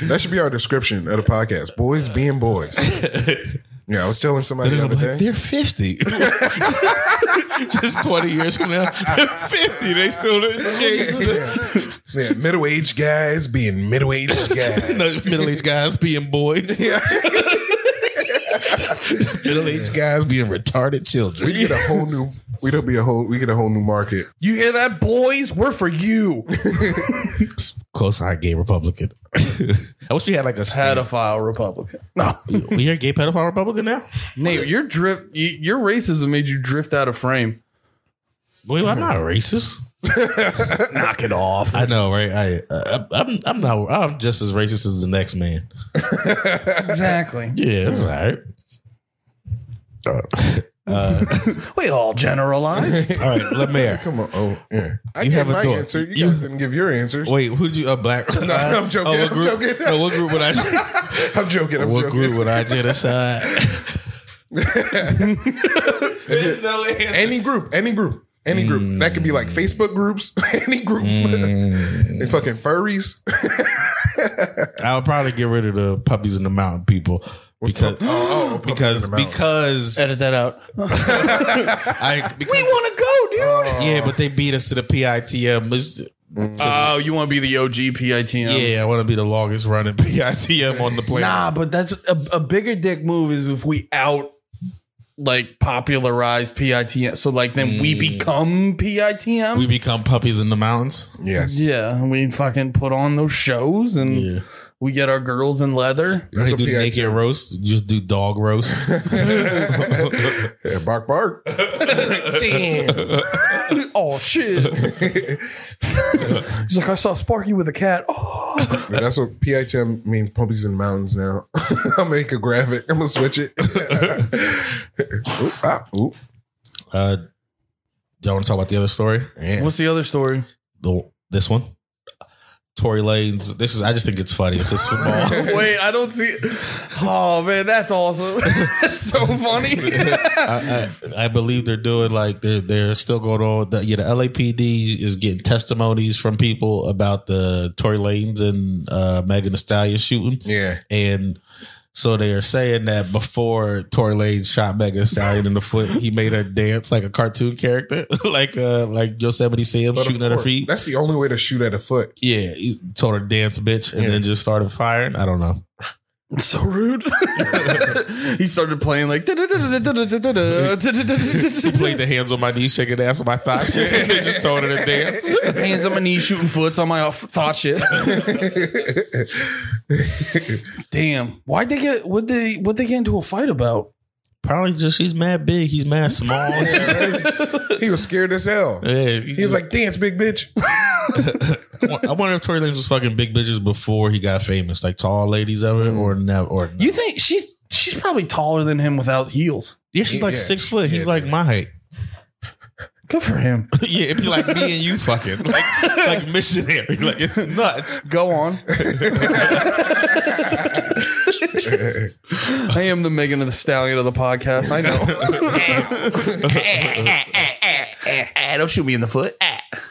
C: That should be our description of the podcast. Boys being boys. Yeah, I was telling somebody the
A: I'm
C: other
A: like,
C: day.
A: they're 50. just 20 years from now, they're 50. They still didn't change. the-
C: Yeah, middle aged guys being middle aged guys.
A: No, middle aged guys being boys.
C: Yeah.
A: Middle aged guys being retarded children.
C: We get a whole new. We don't be a whole. We get a whole new market.
B: You hear that, boys? We're for you.
A: close eye gay Republican. I wish we had like a stamp.
B: Pedophile Republican. No,
A: we are a gay pedophile Republican now.
B: Nate, your drip, y- your racism made you drift out of frame.
A: Wait, I'm not a racist.
B: Knock it off.
A: I know, right? I, I I'm I'm not. I'm just as racist as the next man.
B: Exactly.
A: Yeah, that's all right.
C: Uh,
B: We all generalize.
A: All right, Lemaire.
C: Come on. Oh, yeah. I
A: You
C: gave
A: have a
C: my
A: thought.
C: answer. You,
A: You-
C: guys didn't give your answers.
A: Wait, who'd you? A black? No,
C: I'm joking,
A: what
C: I'm
A: group,
C: joking.
A: Oh, what group would I?
C: I'm joking. I'm
A: What
C: joking.
A: group would I genocide? There's no answer.
C: Any group. Any group. Any group. That could be
A: Mm.
C: like Facebook groups. any group. they fucking furries.
A: I would probably get rid of the puppies in the mountain people because
C: Oh, oh, puppies
A: because
C: in the mouth.
A: because
B: Edit that out. we
A: I because,
B: want to go, dude.
A: yeah,
C: Oh.
A: but they beat us to the PITM. It's-
B: Oh, you want to be the OG PITM?
A: Yeah, I want to be the longest running PITM on the planet.
B: Nah, but that's a, a bigger dick move is if we out like popularize PITM. So like then we become PITM.
A: We become puppies in the mountains.
C: yes,
B: yeah, and we fucking put on those shows and we get our girls in leather.
A: They
C: That's a
A: do
C: PITM.
A: naked roast. Just do dog roast. Uh,
C: Yeah, bark bark. Damn.
B: oh shit. He's like, I saw Sparky with a cat. Oh,
C: that's what PITM means. Puppies in the mountains. Now I'll make a graphic. I'm gonna switch it. oop, ah, oop.
A: Uh, y'all want to talk about the other story?
C: Yeah.
B: what's the other story?
A: The this one. Tory Lanes. This is. I just think it's funny. It's just football.
B: Wait, I don't see. Oh man, that's awesome. that's so funny.
A: I, I, I believe they're doing like they're they're still going on. The, yeah, the LAPD is getting testimonies from people about the Tory Lanes and uh, Megan Thee Stallion shooting.
C: Yeah.
A: And so they are saying that before Tory Lane shot Megan Thee Stallion in the foot, he made her dance like a cartoon character, like uh like Yosemite Sam
C: But of
A: shooting at her
C: course,
A: feet.
C: That's the only way to shoot at a foot.
A: Yeah, he told her dance, bitch, and
C: Yeah.
A: then just started firing. I don't know.
B: so rude. he started playing like.
A: Played the hands on my knees, shaking ass on my thigh, shit, and then just told her to dance.
B: Hands on my knees, shooting foots on my off- thought shit. Damn, why'd they get? What they? What they get into a fight about?
A: Probably just she's mad big, he's mad small.
C: he was scared as hell.
A: yeah,
C: He was like, "Dance, big bitch."
A: I wonder if Tory Lanez was fucking big bitches before he got famous, like tall ladies ever, or never, or
B: You think she's she's probably taller than him without heels?
A: yeah, she's like
C: Yeah.
A: six foot. He's
C: Yeah,
A: like my height.
B: Good for him.
A: yeah, it'd be like me and you fucking like like missionary. Like it's nuts.
B: Go on. I am the Megan of the Stallion of the podcast. I know. Don't shoot me in the foot.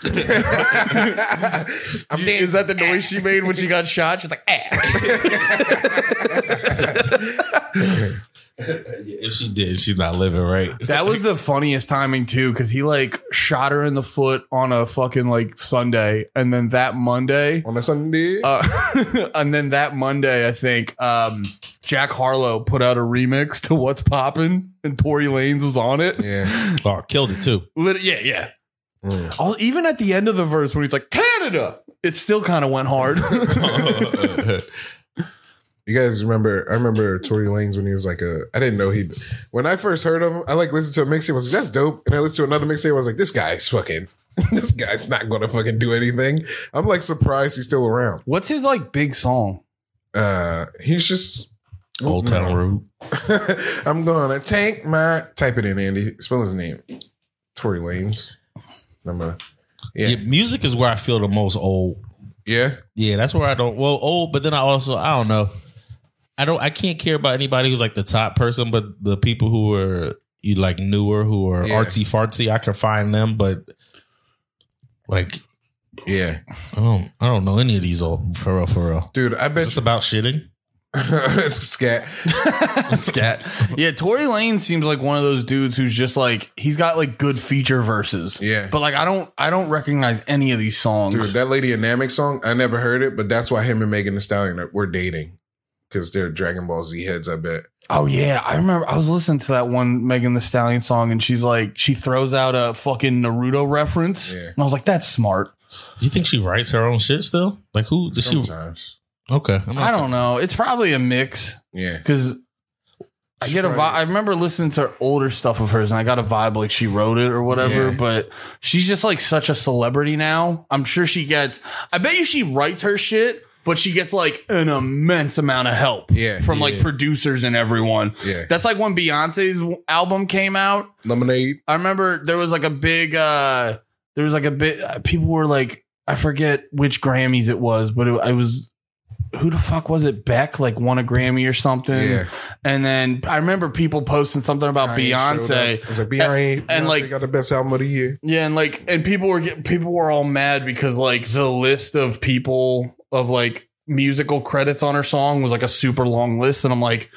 B: Is that the noise she made when she got shot? She's like, ah.
A: If she did, she's not living right.
B: That was the funniest timing too, because he like shot her in the foot on a fucking like Sunday, and then that Monday,
C: On a Sunday,
B: uh, and then that Monday, I think um, Jack Harlow put out a remix to "What's Poppin'" and Tory Lanez was on it.
C: yeah,
A: Oh, killed it too.
B: Lit- yeah, yeah.
A: Uh,
C: Mm.
B: All, even at the end of the verse when he's like Canada, it still kind of went hard.
C: you guys remember? I remember Tory Lanez when he was like a. I didn't know he. When I first heard of him, I like listened to a mixtape. I was like, "That's dope," and I listened to another mixtape. I was like, "This guy's fucking. this guy's not gonna fucking do anything." I'm like surprised he's still around.
B: What's his like big song?
C: Uh, he's just. Mm.
A: Old Town Road.
C: I'm gonna tank my. Type it in, Andy. Spell his name. Tory Lanez. I'm gonna. Yeah.
A: Yeah, music is where I feel the most old.
C: Yeah.
A: Yeah, that's where I don't well old, but then I also I don't know. I don't I can't care about anybody who's like the top person, but the people who are you like newer who are
C: Yeah.
A: artsy fartsy, I can find them, but like
C: Yeah.
A: I don't I don't know any of these old for real for real.
C: Dude, I
A: Is
C: bet
A: this about shitting?
C: it's scat.
B: Scat. Yeah, Tory Lane seems like one of those dudes who's just like he's got like good feature verses.
C: Yeah.
B: But like I don't I don't recognize any of these songs.
C: Dude, that Lady Anamic song, I never heard it, but that's why him and Megan Thee Stallion are, were dating. Because they're Dragon Ball Z heads, I bet.
B: Oh yeah, I remember. I was listening to that one Megan the Stallion song, and she's like, she throws out a fucking Naruto reference,
C: Yeah.
B: and I was like, that's smart.
A: You think she writes her own shit still? Like who does she?
C: Sometimes.
A: Okay, I'm
B: I don't know. It's probably a mix
C: Yeah.
B: because I get a vibe. I remember listening to older stuff of hers, and I got a vibe like she wrote it or whatever.
C: Yeah.
B: But she's just like such a celebrity now. I'm sure she gets. I bet you she writes her shit. But she gets like an immense amount of help
C: Yeah,
B: from like
A: yeah.
B: producers and everyone.
C: Yeah.
B: That's like when Beyonce's album came out.
C: Lemonade.
B: I remember there was like a big uh there was like a bit uh, people were like I forget which Grammys it was, but it, I was who the fuck was it? Beck like won a Grammy or something.
C: Yeah.
B: And then I remember people posting something about
C: Kanye showed
B: uh, Beyonce.
C: up. I was like, Beyonce, and,
B: and, like-
C: like, got the best album of the year.
B: Yeah, and like and people were get, people were all mad because like the list of people of like musical credits on her song was like a super long list and I'm like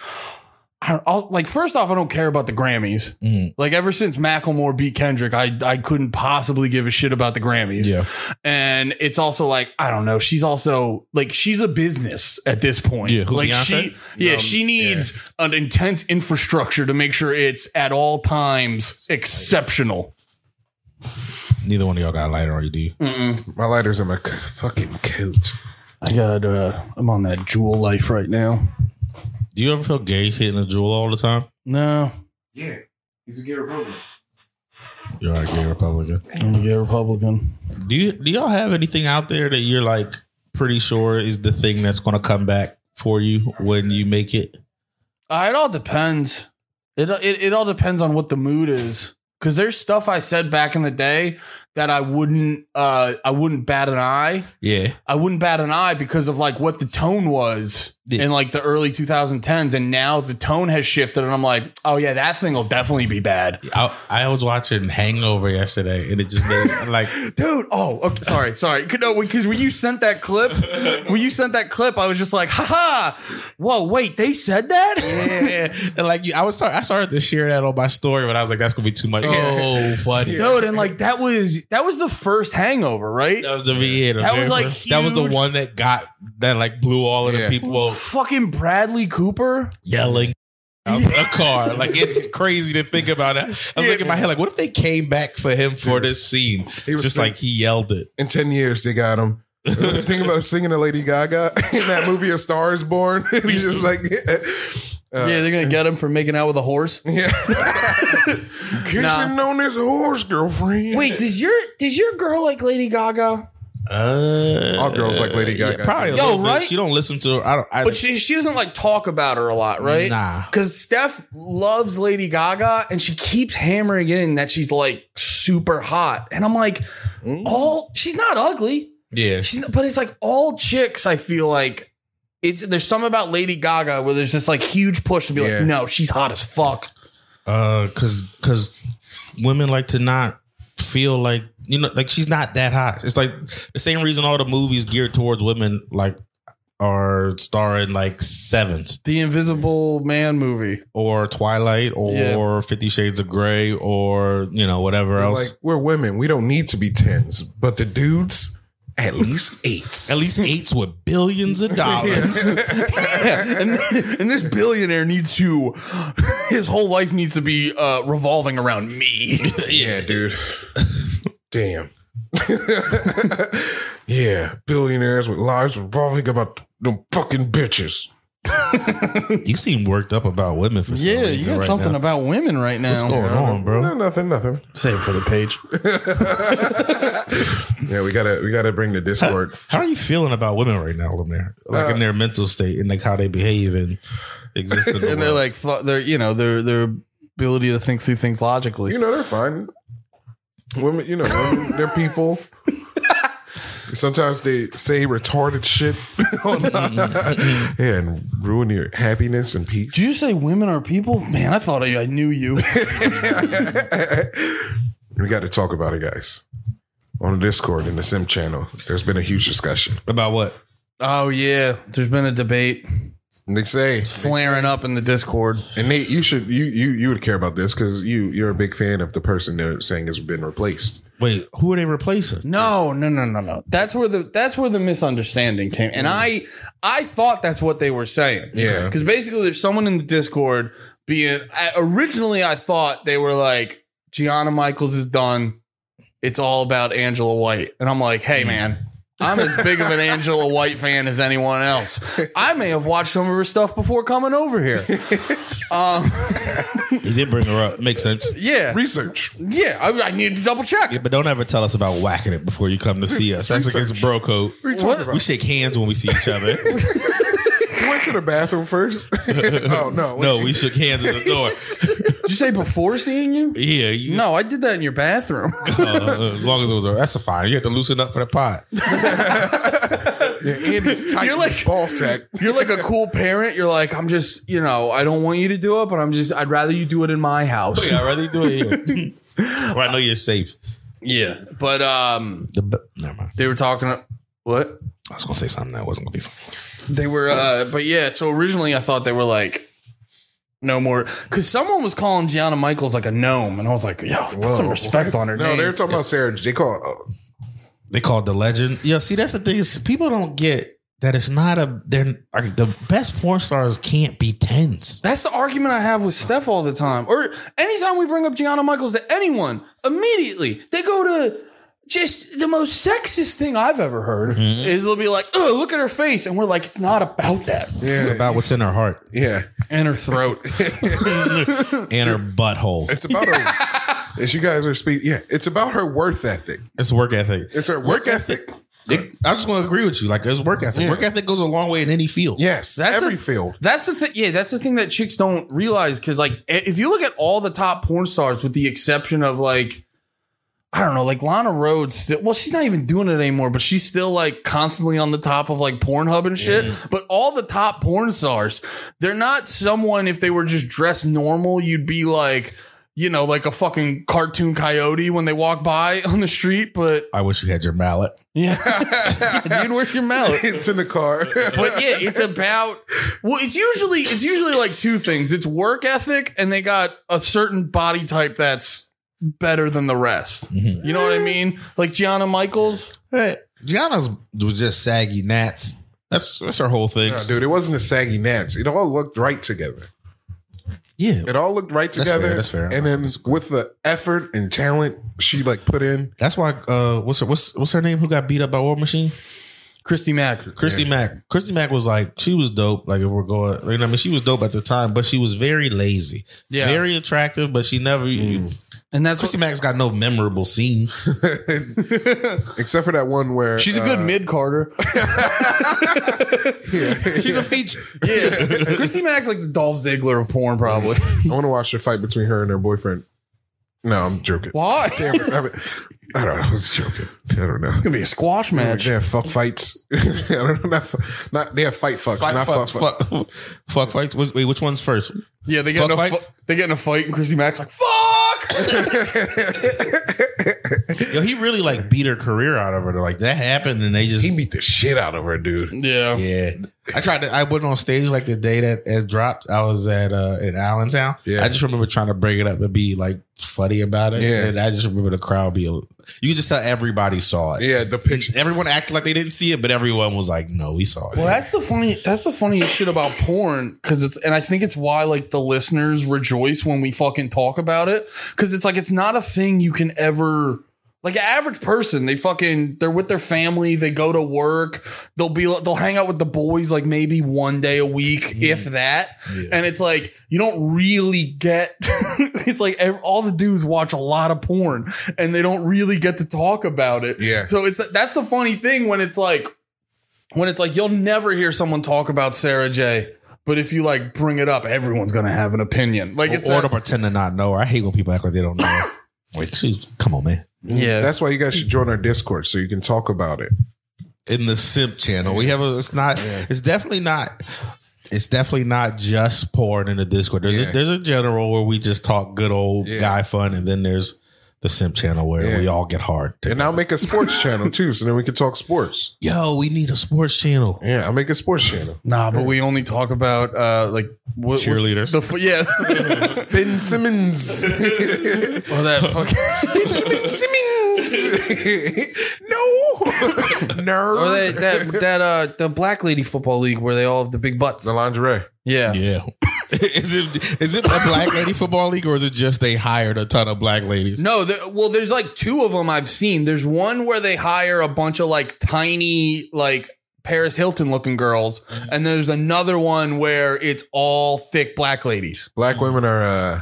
B: I- I'll, like first off, I don't care about the Grammys.
A: Mhm.
B: Like ever since Macklemore beat Kendrick, I I couldn't possibly give a shit about the Grammys.
A: Yeah.
B: And it's also like I don't know. She's also like she's a business at this point.
A: Yeah, who,
B: like
A: Beyonce?
B: she yeah
A: Um,
B: she needs an intense infrastructure to make sure it's at all times exceptional.
A: Neither one of y'all got a lighter on you, do you?
C: My lighter's in my c- fucking coat.
B: I got uh I'm on that jewel life right now.
A: Do you ever feel gay hitting a jewel all the time?
B: No,
C: Yeah, he's a gay Republican.
A: You are a gay Republican.
B: I'm gonna get Republican.
A: Do you do y'all have anything out there that you're like pretty sure is the thing that's gonna come back for you when you make it?
B: Uh, it all depends. It, it it all depends on what the mood is. Cause there's stuff I said back in the day that I wouldn't uh I wouldn't bat an eye.
A: Yeah.
B: I wouldn't bat an eye because of like what the tone was
A: Yeah.
B: in like the early 2010s, and now the tone has shifted, and I'm like, oh yeah, that thing will definitely be bad,
A: I, I was watching Hangover yesterday and it just made like
B: dude. Oh, okay, sorry, sorry. No, because when you sent that clip, when you sent that clip, I was just like, haha. Whoa, wait, they said that.
A: yeah. And like I was start, I started to share that on my story, but I was like, that's gonna be too much. Oh funny.
B: Dude, and like that was that was the first hangover, right?
A: That was the V
B: That was, like,
A: that was the
B: huge.
A: one that got that like blew all of the
C: Yeah.
A: people
B: Fucking Bradley Cooper.
A: yelling out the car. Like it's crazy to think about that. I was like in my head, like, what if they came back for him for this scene?
C: He was
A: Just
C: thinking-
A: like he yelled it.
C: In ten years, they got him. Think about singing to Lady Gaga in that movie A Star Is Born. he's just like, uh,
B: yeah, they're gonna get him for making out with a horse.
C: yeah. Kissing on his horse, girlfriend.
B: Wait, does your does your girl like Lady Gaga?
A: Uh,
C: All girls like Lady Gaga.
A: probably. A
B: Yo,
A: little bit.
B: right?
A: She don't listen to. Her. I don't. I,
B: But she she doesn't like talk about her a lot, right?
A: Nah.
B: Because Steph loves Lady Gaga and she keeps hammering in that she's like super hot. And I'm like, all she's not ugly.
A: yeah.
B: She's not, but it's like all chicks, I feel like it's there's some about Lady Gaga where there's this like huge push to be
C: Yeah.
B: like, no, she's hot as fuck.
A: Uh, cause cause women like to not feel like you know like she's not that hot. It's like the same reason all the movies geared towards women like are starring like sevens
B: The Invisible Man movie.
A: or Twilight or
B: Yeah.
A: Fifty Shades of Grey or you know whatever
C: We're
A: else.
C: Like we're women, we don't need to be tens, but the dudes at least eights.
A: At least eights with billions of dollars.
B: and, and this billionaire needs to, his whole life needs to be uh, revolving around me.
C: Yeah, dude. Damn. yeah, billionaires with lives revolving about them fucking bitches.
A: you seem worked up about women for some
B: Yeah, you
A: reason
B: got
A: right
B: something
A: now.
B: about women right now.
A: What's going on, bro?
C: No, nothing, nothing.
B: Save it for the page.
C: Yeah, we gotta we gotta bring the Discord.
A: How are you feeling about women right now, Lemire? Like
B: Uh,
A: in their mental state and like how they behave and exist in the
B: and they're
A: world.
B: like, fu- they're you know, their their ability to think through things logically.
C: You know they're fine. Women, you know, women, they're people. Sometimes they say retarded shit yeah, and ruin your happiness and peace.
B: Did you say women are people? Man, I thought I, I knew you.
C: We got to talk about it, guys. On the Discord in the Sim channel, there's been a huge discussion.
A: about what?
B: oh yeah, there's been a debate
C: They say,
B: flaring up in the Discord.
C: and Nate, you should you you you would care about this because you you're a big fan of the person they're saying has been replaced.
A: Wait, who are they replacing?
B: No, no, no, no, no. That's where the that's where the misunderstanding came. And I I thought that's what they were saying.
C: Yeah.
B: Because basically, there's someone in the Discord being. I, originally, I thought they were like, Gianna Michaels is done. It's all about Angela White. And I'm like, hey, man, I'm as big of an Angela White fan as anyone else. I may have watched some of her stuff before coming over here. Um,
A: They did bring her up. Makes sense.
B: yeah.
C: Research.
B: Yeah. I, I need to double check.
A: Yeah, but don't ever tell us about whacking it before you come to see us. That's against bro code.
C: What are you talking
B: What?
C: about?
A: We shake hands when we see each other.
C: You went to the bathroom first. oh no,
A: No, we shook hands at the door.
B: Did you say before seeing you?
A: Yeah, you,
B: No, I did that in your bathroom.
A: uh, as long as it was, that's a fine. You have to loosen up for the pot.
C: Yeah, Andy's tight.
B: You're
C: You're
B: like-
C: like ball sack.
B: You're like a cool parent. You're like, I'm just, you know, I don't want you to do it, but I'm just, I'd rather you do it in my
C: Oh,
B: house.
A: Yeah, I'd rather do it here. Where I know you're safe.
B: Yeah. But um,
A: The, b- never mind.
B: they were talking. What?
A: I was gonna say something that wasn't gonna be funny.
B: They were. uh But yeah. So originally, I thought they were like, no more because someone was calling Gianna Michaels like a gnome, and I was like, yo, put some
C: Whoa.
B: respect on her.
C: No,
B: name.
C: they were talking about Sarah. They call
A: They call it the legend. Yo, see, that's the thing is people don't get that it's not a. They're like, the best porn stars can't be tens.
B: That's the argument I have with Steph all the time. Or anytime we bring up Gianna Michaels to anyone, immediately they go to just the most sexist thing I've ever heard is they'll be like, oh, look at her face. And we're like, it's not about that.
A: It's
C: yeah,
A: about what's in her heart
C: yeah.
B: And her throat.
A: and her butthole.
C: It's about her. As you guys are speaking, yeah, it's about her worth ethic.
A: It's work ethic.
C: It's her work ethic.
A: It- I'm just going to agree with you. Like, it's work ethic. Work ethic goes a long way in any field.
C: Yes,
B: That's
C: every
B: the-
C: field.
B: That's the thing. Yeah, that's the thing that chicks don't realize because, like, i- if you look at all the top porn stars, with the exception of like, I don't know, like Lana Rhodes. Still, well, she's not even doing it anymore, but she's still like constantly on the top of like Pornhub and shit. But all the top porn stars, they're not someone. If they were just dressed normal, you'd be like. You know, like a fucking cartoon coyote when they walk by on the street, but
A: I wish you had your mallet.
B: yeah, dude, where's your mouth?
C: it's in the car.
B: but yeah, it's about well, it's usually it's usually like two things. It's work ethic, and they got a certain body type that's better than the rest.
A: Mm-hmm.
B: You know what I mean? Like Gianna Michaels.
A: Hey, Gianna's was just saggy gnats. That's that's her whole thing.
C: No, dude, it wasn't a saggy Nats. It all looked right together.
A: Yeah,
C: It all looked right
A: That's
C: together.
A: fair, that's fair.
C: And then with the effort and talent she like put in,
A: that's why. Uh, what's her what's what's her name? Who got beat up by War Machine?
B: Christy Mack.
A: Christy Mack. Christy Mack was like she was dope. Like if we're going, you know, I mean, she was dope at the time, but she was very lazy.
B: Yeah.
A: very attractive, but she never.
C: Mm.
B: And that's
A: Christy
B: what,
A: Mack's got no memorable scenes.
C: except for that one where
B: she's a good
A: Uh,
B: mid Carter.
A: She's a feature.
B: Yeah. Christy Mack's like the Dolph Ziggler of porn, probably.
C: uh, I want to watch the fight between her and her boyfriend. No, I'm joking.
B: Why? It's
C: Damn it. I, mean, I don't know. I was joking. I don't know.
B: gonna be a squash
C: Like,
B: match.
C: they have fuck fights. I don't know. Not, fu- not they have fight fucks.
A: Fuck,
C: not
A: fuck,
C: fuck, fuck,
A: fuck, fuck, fuck, fights. Wait, wait, which one's first?
B: Yeah, they get in a
A: Fuck
B: fu-
A: fights?
B: they get in a fight, and Christy Mack's like, "Fuck!"
A: Yo, he really like beat her career out of her. Like that happened, and they just
C: He beat the shit out of her, dude.
B: yeah.
A: Yeah. I tried to I went on stage like the day that it dropped. I was at uh in Allentown.
C: Yeah.
A: I just remember trying to bring it up and be like funny about it.
C: Yeah.
A: And I just remember the crowd be you could just tell everybody saw it.
C: Yeah, the picture.
A: Everyone acted like they didn't see it, but everyone was like, No, we saw it.
B: Well, that's the funny. That's the funniest shit about porn because it's, and I think it's why like the listeners rejoice when we fucking talk about it because it's like it's not a thing you can ever. Like an average person, they fucking they're with their family. They go to work. They'll be they'll hang out with the boys like maybe one day a week, if that. And it's like you don't really get. it's like ev- all the dudes watch a lot of porn, and they don't really get to talk about it.
C: Yeah.
B: So it's that's the funny thing when it's like when it's like you'll never hear someone talk about Sarah J. But if you like bring it up, everyone's gonna have an opinion. Like
A: or,
B: it's
A: or to
B: that-
A: pretend to not know her. I hate when people act like they don't know her. Like, she's- come on, man.
B: yeah,
C: That's why you guys should join our Discord so you can talk about it.
A: In the simp channel. We have a it's not it's definitely not it's definitely not just porn in the Discord. There's a,
C: Yeah.
A: there's a general where we just talk good old
C: Yeah.
A: guy fun, and then there's the simp channel where
C: Yeah.
A: we all get hard.
C: And I'll make a sports channel too, so then we can talk sports.
A: Yo, we need a sports channel.
C: Yeah, I'll make a sports channel.
B: nah. But we only talk about uh like what, what's
A: Cheerleaders.
B: The fu- yeah,
C: Ben Simmons.
B: well that fucking
C: Simmons. no. Nerd.
B: or that that that uh the black lady football league where they all have the big butts.
C: the lingerie.
B: Yeah,
A: Yeah. is it is it a black lady football league or is it just they hired a ton of black ladies?
B: No, the, well, there's like two of them I've seen. There's one where they hire a bunch of like tiny, like Paris Hilton looking girls, and there's another one where it's all thick black ladies.
C: Black women are uh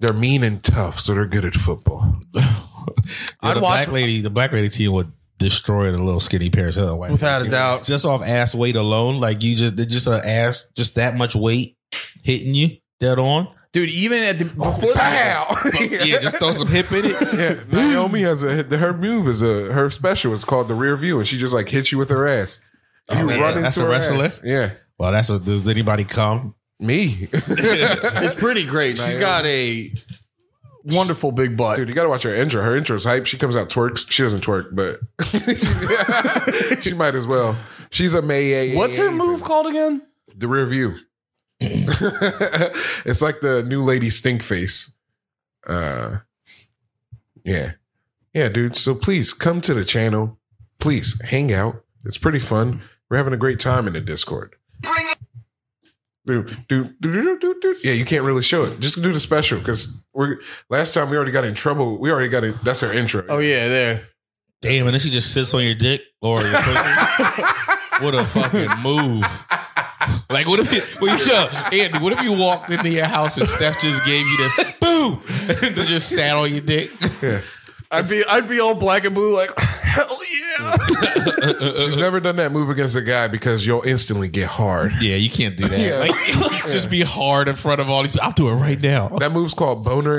C: they're mean and tough, so they're good at football.
A: Yeah, the
B: I'd watch-
A: black lady the black lady team would destroy the little skinny Paris Hilton white
B: Without a
A: team.
B: doubt.
A: Just off ass weight alone, like you just they're just an ass, just that much weight hitting you dead on.
B: Dude, even at the
E: Oh,
B: before the,
C: Pow!
A: Yeah, just throw some hip in it.
C: Yeah, Naomi has a her move is a her special. It's called the rear view, and she just like hits you with her ass. You
A: Oh,
C: run
A: that's
C: into
A: a
C: her
A: wrestler?
C: ass. Yeah,
A: Well, that's what does anybody come?
C: me,
B: it's pretty great. She's got a wonderful big butt.
C: dude. You gotta watch her intro. Her intro's hype. She comes out twerks. She doesn't twerk, but she might as well. She's a May.
B: What's her move called again?
C: The rear view. it's like the new lady stink face. Uh, yeah, yeah, dude. So please come to the channel. Please hang out. It's pretty fun. We're having a great time in the Discord. Do, do, do, do, do, do. Yeah, you can't really show it. Just do the special because we're last time we already got in trouble. We already got it. That's our intro.
E: Oh yeah, there.
A: Damn, and then she just sits on your dick or your pussy. what a fucking move. Like what if you, well, you know, Andy? What if you walked into your house and Steph just gave you this boom and then just sat on your dick?
C: yeah.
E: I'd be I'd be all black and blue like hell yeah. uh,
C: She's never done that move against a guy because you'll instantly get hard.
A: Yeah, you can't do that.
C: Yeah.
A: Like, just be hard in front of all these. I'll do it right now.
C: That move's called boner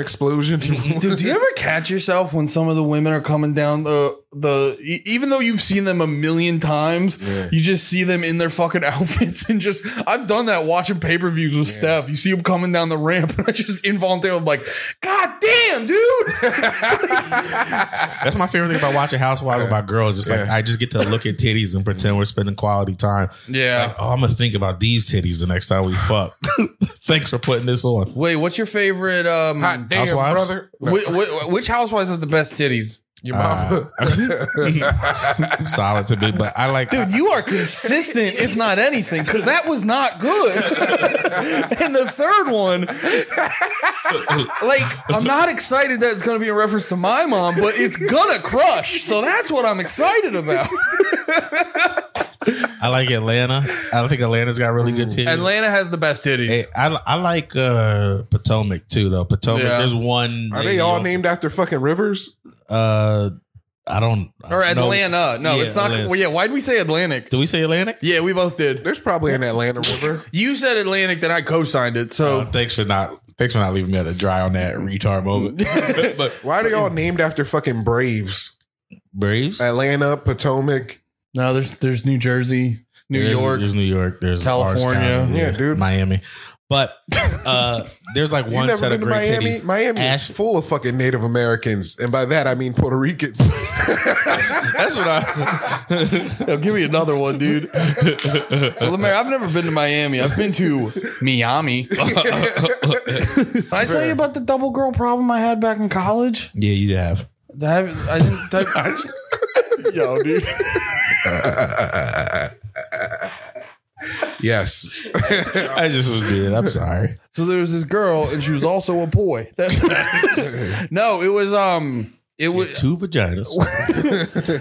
C: explosion.
E: Dude,
B: Do you ever catch yourself when some of the women are coming down the the e- even though you've seen them a million times, you just see them in their fucking outfits and just I've done that watching pay per views with Steph. You see them coming down the ramp and I just involuntarily I'm like, God damn, dude!
A: That's my favorite thing about watching Housewives about girls. Just like I just get to look at titties and pretend we're spending quality time.
B: Yeah.
A: Like, oh, I'm gonna think about these titties the next time we fuck. Thanks for putting this on.
B: Wait, what's your favorite? Um,
C: Hot damn,
A: Mm, Housewives?
C: brother. No,
B: whi- whi- which housewives has the best titties?
C: your
A: uh,
C: mama.
A: Solid to me, but I like.
B: Dude, you are consistent, if not anything, because that was not good. and the third one, like, I'm not excited that it's going to be a reference to my mom, but it's going to crush. So that's what I'm excited about.
A: I like Atlanta. I think Atlanta's got really good titties.
B: Atlanta has the best titties.
A: Hey, I, I like uh, Potomac too, though. Potomac,
B: Yeah.
A: there's one.
C: Are
A: lady
C: they all
A: on-
C: named after fucking rivers?
A: Uh, I don't.
B: or
A: I don't know.
B: Atlanta. No,
A: Yeah,
B: it's not.
A: Atlanta.
B: Well, yeah, why'd we say Atlantic?
A: Do we say Atlantic?
B: Yeah, we both did.
C: There's probably an Atlanta river.
B: You said Atlantic, then I co signed it.
A: Oh,
B: So.
A: thanks for not. Thanks for not leaving me out to dry on that retard moment. but
C: Why are they all named after fucking Braves?
A: Braves,
C: Atlanta, Potomac.
B: No, there's there's New Jersey, New
A: There's-
B: York.
A: there's New York, there's Orange
B: California.
A: County,
C: Yeah, dude.
A: Miami. But uh, there's like
C: You
A: one
C: never
A: set
C: been
A: of
C: to
A: great
C: Miami?
A: titties.
C: Miami
A: Ash-
C: is full of fucking Native Americans, and by that I mean Puerto Ricans.
A: That's what I.
B: Yo, give me another one, dude. Lemare, I've never been to Miami. I've been to Miami. Did I tell you about the double girl problem I had back in college?
A: yeah, you have.
B: I, haven't- I didn't. I, yo, dude.
C: yes,
A: I just was good. I'm sorry.
B: So there was this girl, and she was also a boy. That's no, it was um, it was
A: Two vaginas,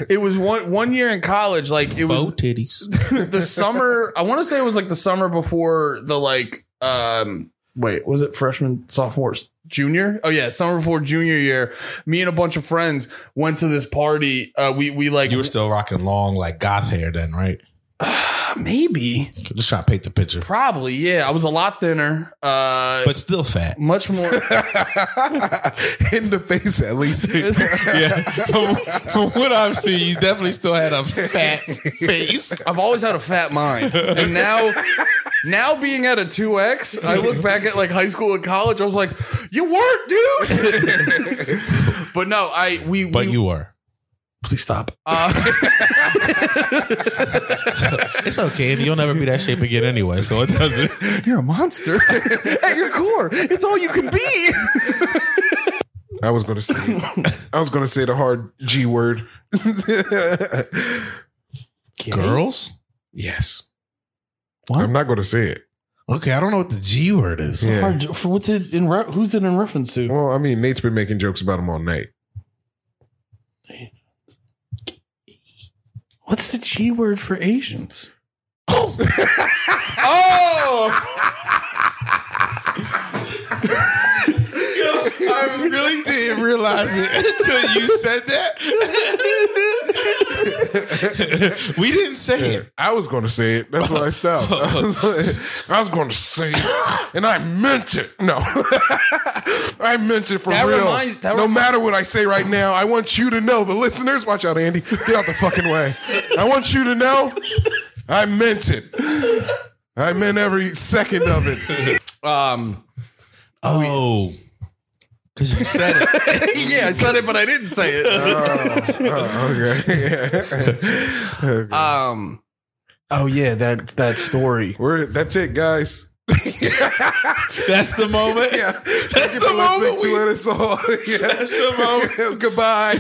B: it was one one year in college. Like it was
A: both titties.
B: the summer i want to say it was like the summer before the like um wait was it freshman sophomore junior oh yeah summer before junior year me and a bunch of friends went to this party uh we we like
A: You were still rocking long like goth hair then, right?
B: Ah, maybe
A: Just trying to paint the picture,
B: probably yeah i was a lot thinner uh
A: but still fat.
B: much more
C: in the face at least.
A: yeah. From, from what I've seen, you definitely still had a fat face.
B: I've always had a fat mind, and now, now being at a two X, I look back at like high school and college. I was like, "You weren't, dude." but no, I we
A: But
B: we,
A: you were.
B: please stop. Uh,
A: It's okay, and you'll never be that shape again anyway, so it doesn't.
B: you're a monster at your core. It's all you can be.
C: I was gonna say, I was gonna say the hard G word.
A: Girls?
C: yes,
B: What?
C: I'm not gonna say it.
A: Okay, I don't know what the G word is.
C: Yeah.
B: What's it in? Re- who's it in reference to?
C: Well, I mean, Nate's been making jokes about him all night.
B: What's the G word for Asians? oh,
A: I really didn't realize it until you said that. we didn't say it.
C: I was going to say it. That's why I stopped. I was, going to say it, and I meant it. No, I meant it for
B: That
C: real.
B: reminds- that
C: no
B: remi-
C: matter what I say right now, I want you to know, the listeners. Watch out, Andy. Get out the fucking way. I want you to know, I meant it. I meant every second of it.
B: um,
A: Oh. Because you said it.
B: yeah, I said it, but I didn't say it.
C: Oh, okay.
B: Um, oh yeah, that that story.
C: We're that's it, guys.
A: That's the moment.
C: Yeah,
A: That's the moment we-
C: to it. It's all. Yeah.
A: That's the moment.
C: Goodbye.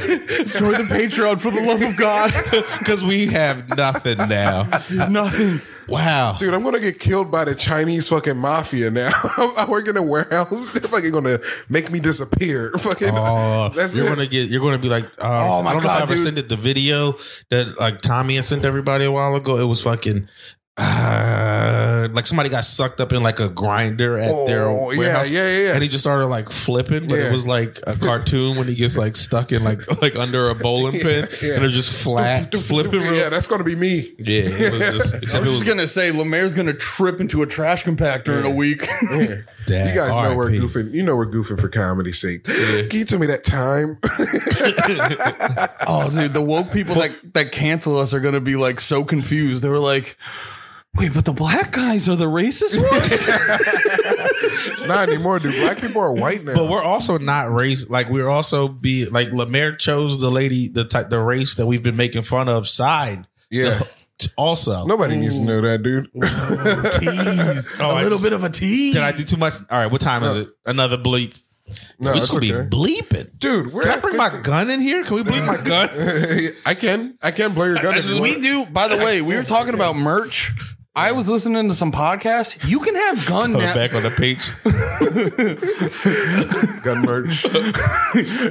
E: Join the Patreon for the love of God.
A: Because we have nothing now.
E: Nothing.
A: Wow.
C: Dude, I'm gonna get killed by the Chinese fucking mafia now. I work in a warehouse. They're fucking gonna make me disappear. Fucking.
A: Oh,
C: that's
A: you're
C: it.
A: gonna get. You're gonna be like, um,
E: Oh my
A: I don't know
E: God,
A: if I ever
E: dude.
A: sent it the video that like Tommy had sent everybody a while ago. It was fucking. Uh, like somebody got sucked up in like a grinder at their
C: Oh, yeah,
A: warehouse,
C: yeah, yeah, yeah.
A: and he just started like flipping, but
C: Yeah.
A: it was like a cartoon when he gets like stuck in like like under a bowling pin,
C: yeah.
A: and they're just flat flipping. real-
C: yeah, that's gonna be me.
A: yeah, it was just
B: I
A: except
B: was
A: it was
B: just gonna say Lemaire's gonna trip into a trash compactor in a week.
C: You guys know we're
A: goofy.
C: goofing. You know we're goofing for comedy's sake. Can you tell me that time?
B: oh, dude, the woke people that that cancel us are gonna be like so confused. They were like, "Wait, but the black guys are the racist ones."
C: Not anymore, dude. Black people are white now.
A: But we're also not race. Like we're also be like Lemaire chose the lady, the type, the race that we've been making fun of side.
C: yeah,
A: Also,
C: nobody needs to know that, dude.
E: Tease.
A: Oh,
E: a
A: I
E: little
A: just-
E: bit of a tease.
A: did I do too much? All right, what time
C: No.
A: is it? Another bleep.
C: no,
A: we
C: that's
A: should
C: okay.
A: be bleeping.
C: dude. We're
A: Can I
C: at
A: bring my
C: 50.
A: gun in here? Can we bleep my gun?
C: I can. I can blow your gun. if you
B: we
C: want.
B: do. By the way, we were talking about merch. I was listening to some podcast. You can have gun
A: Put it
B: now.
A: back on the page.
C: gun merch.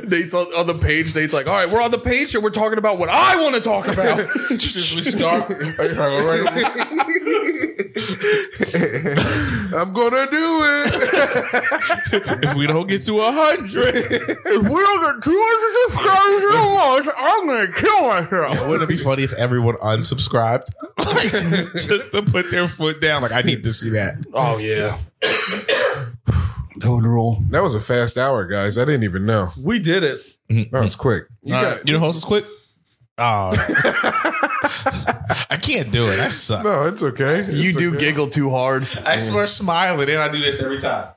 B: Nate's on, on the page. Nate's like, "All right, we're on the page, and we're talking about what I want to talk about."
A: Should we start?
C: I'm gonna do it.
A: if we don't get to a hundred,
B: if we don't get 200 subscribers in a month, I'm gonna kill myself.
A: wouldn't it be funny if everyone unsubscribed? like just to put their foot down. Like I need to see that.
B: Oh yeah, that would roll.
C: That was a fast hour, guys. I didn't even know.
B: We did it.
C: That was quick. You
A: Mm, All right, You,
C: got
A: know, host is quick. Oh, I can't do it. I suck.
C: no. It's okay.
B: You
C: It's
B: do
C: okay.
B: giggle too hard.
A: I swear, smiling, and I do this every time.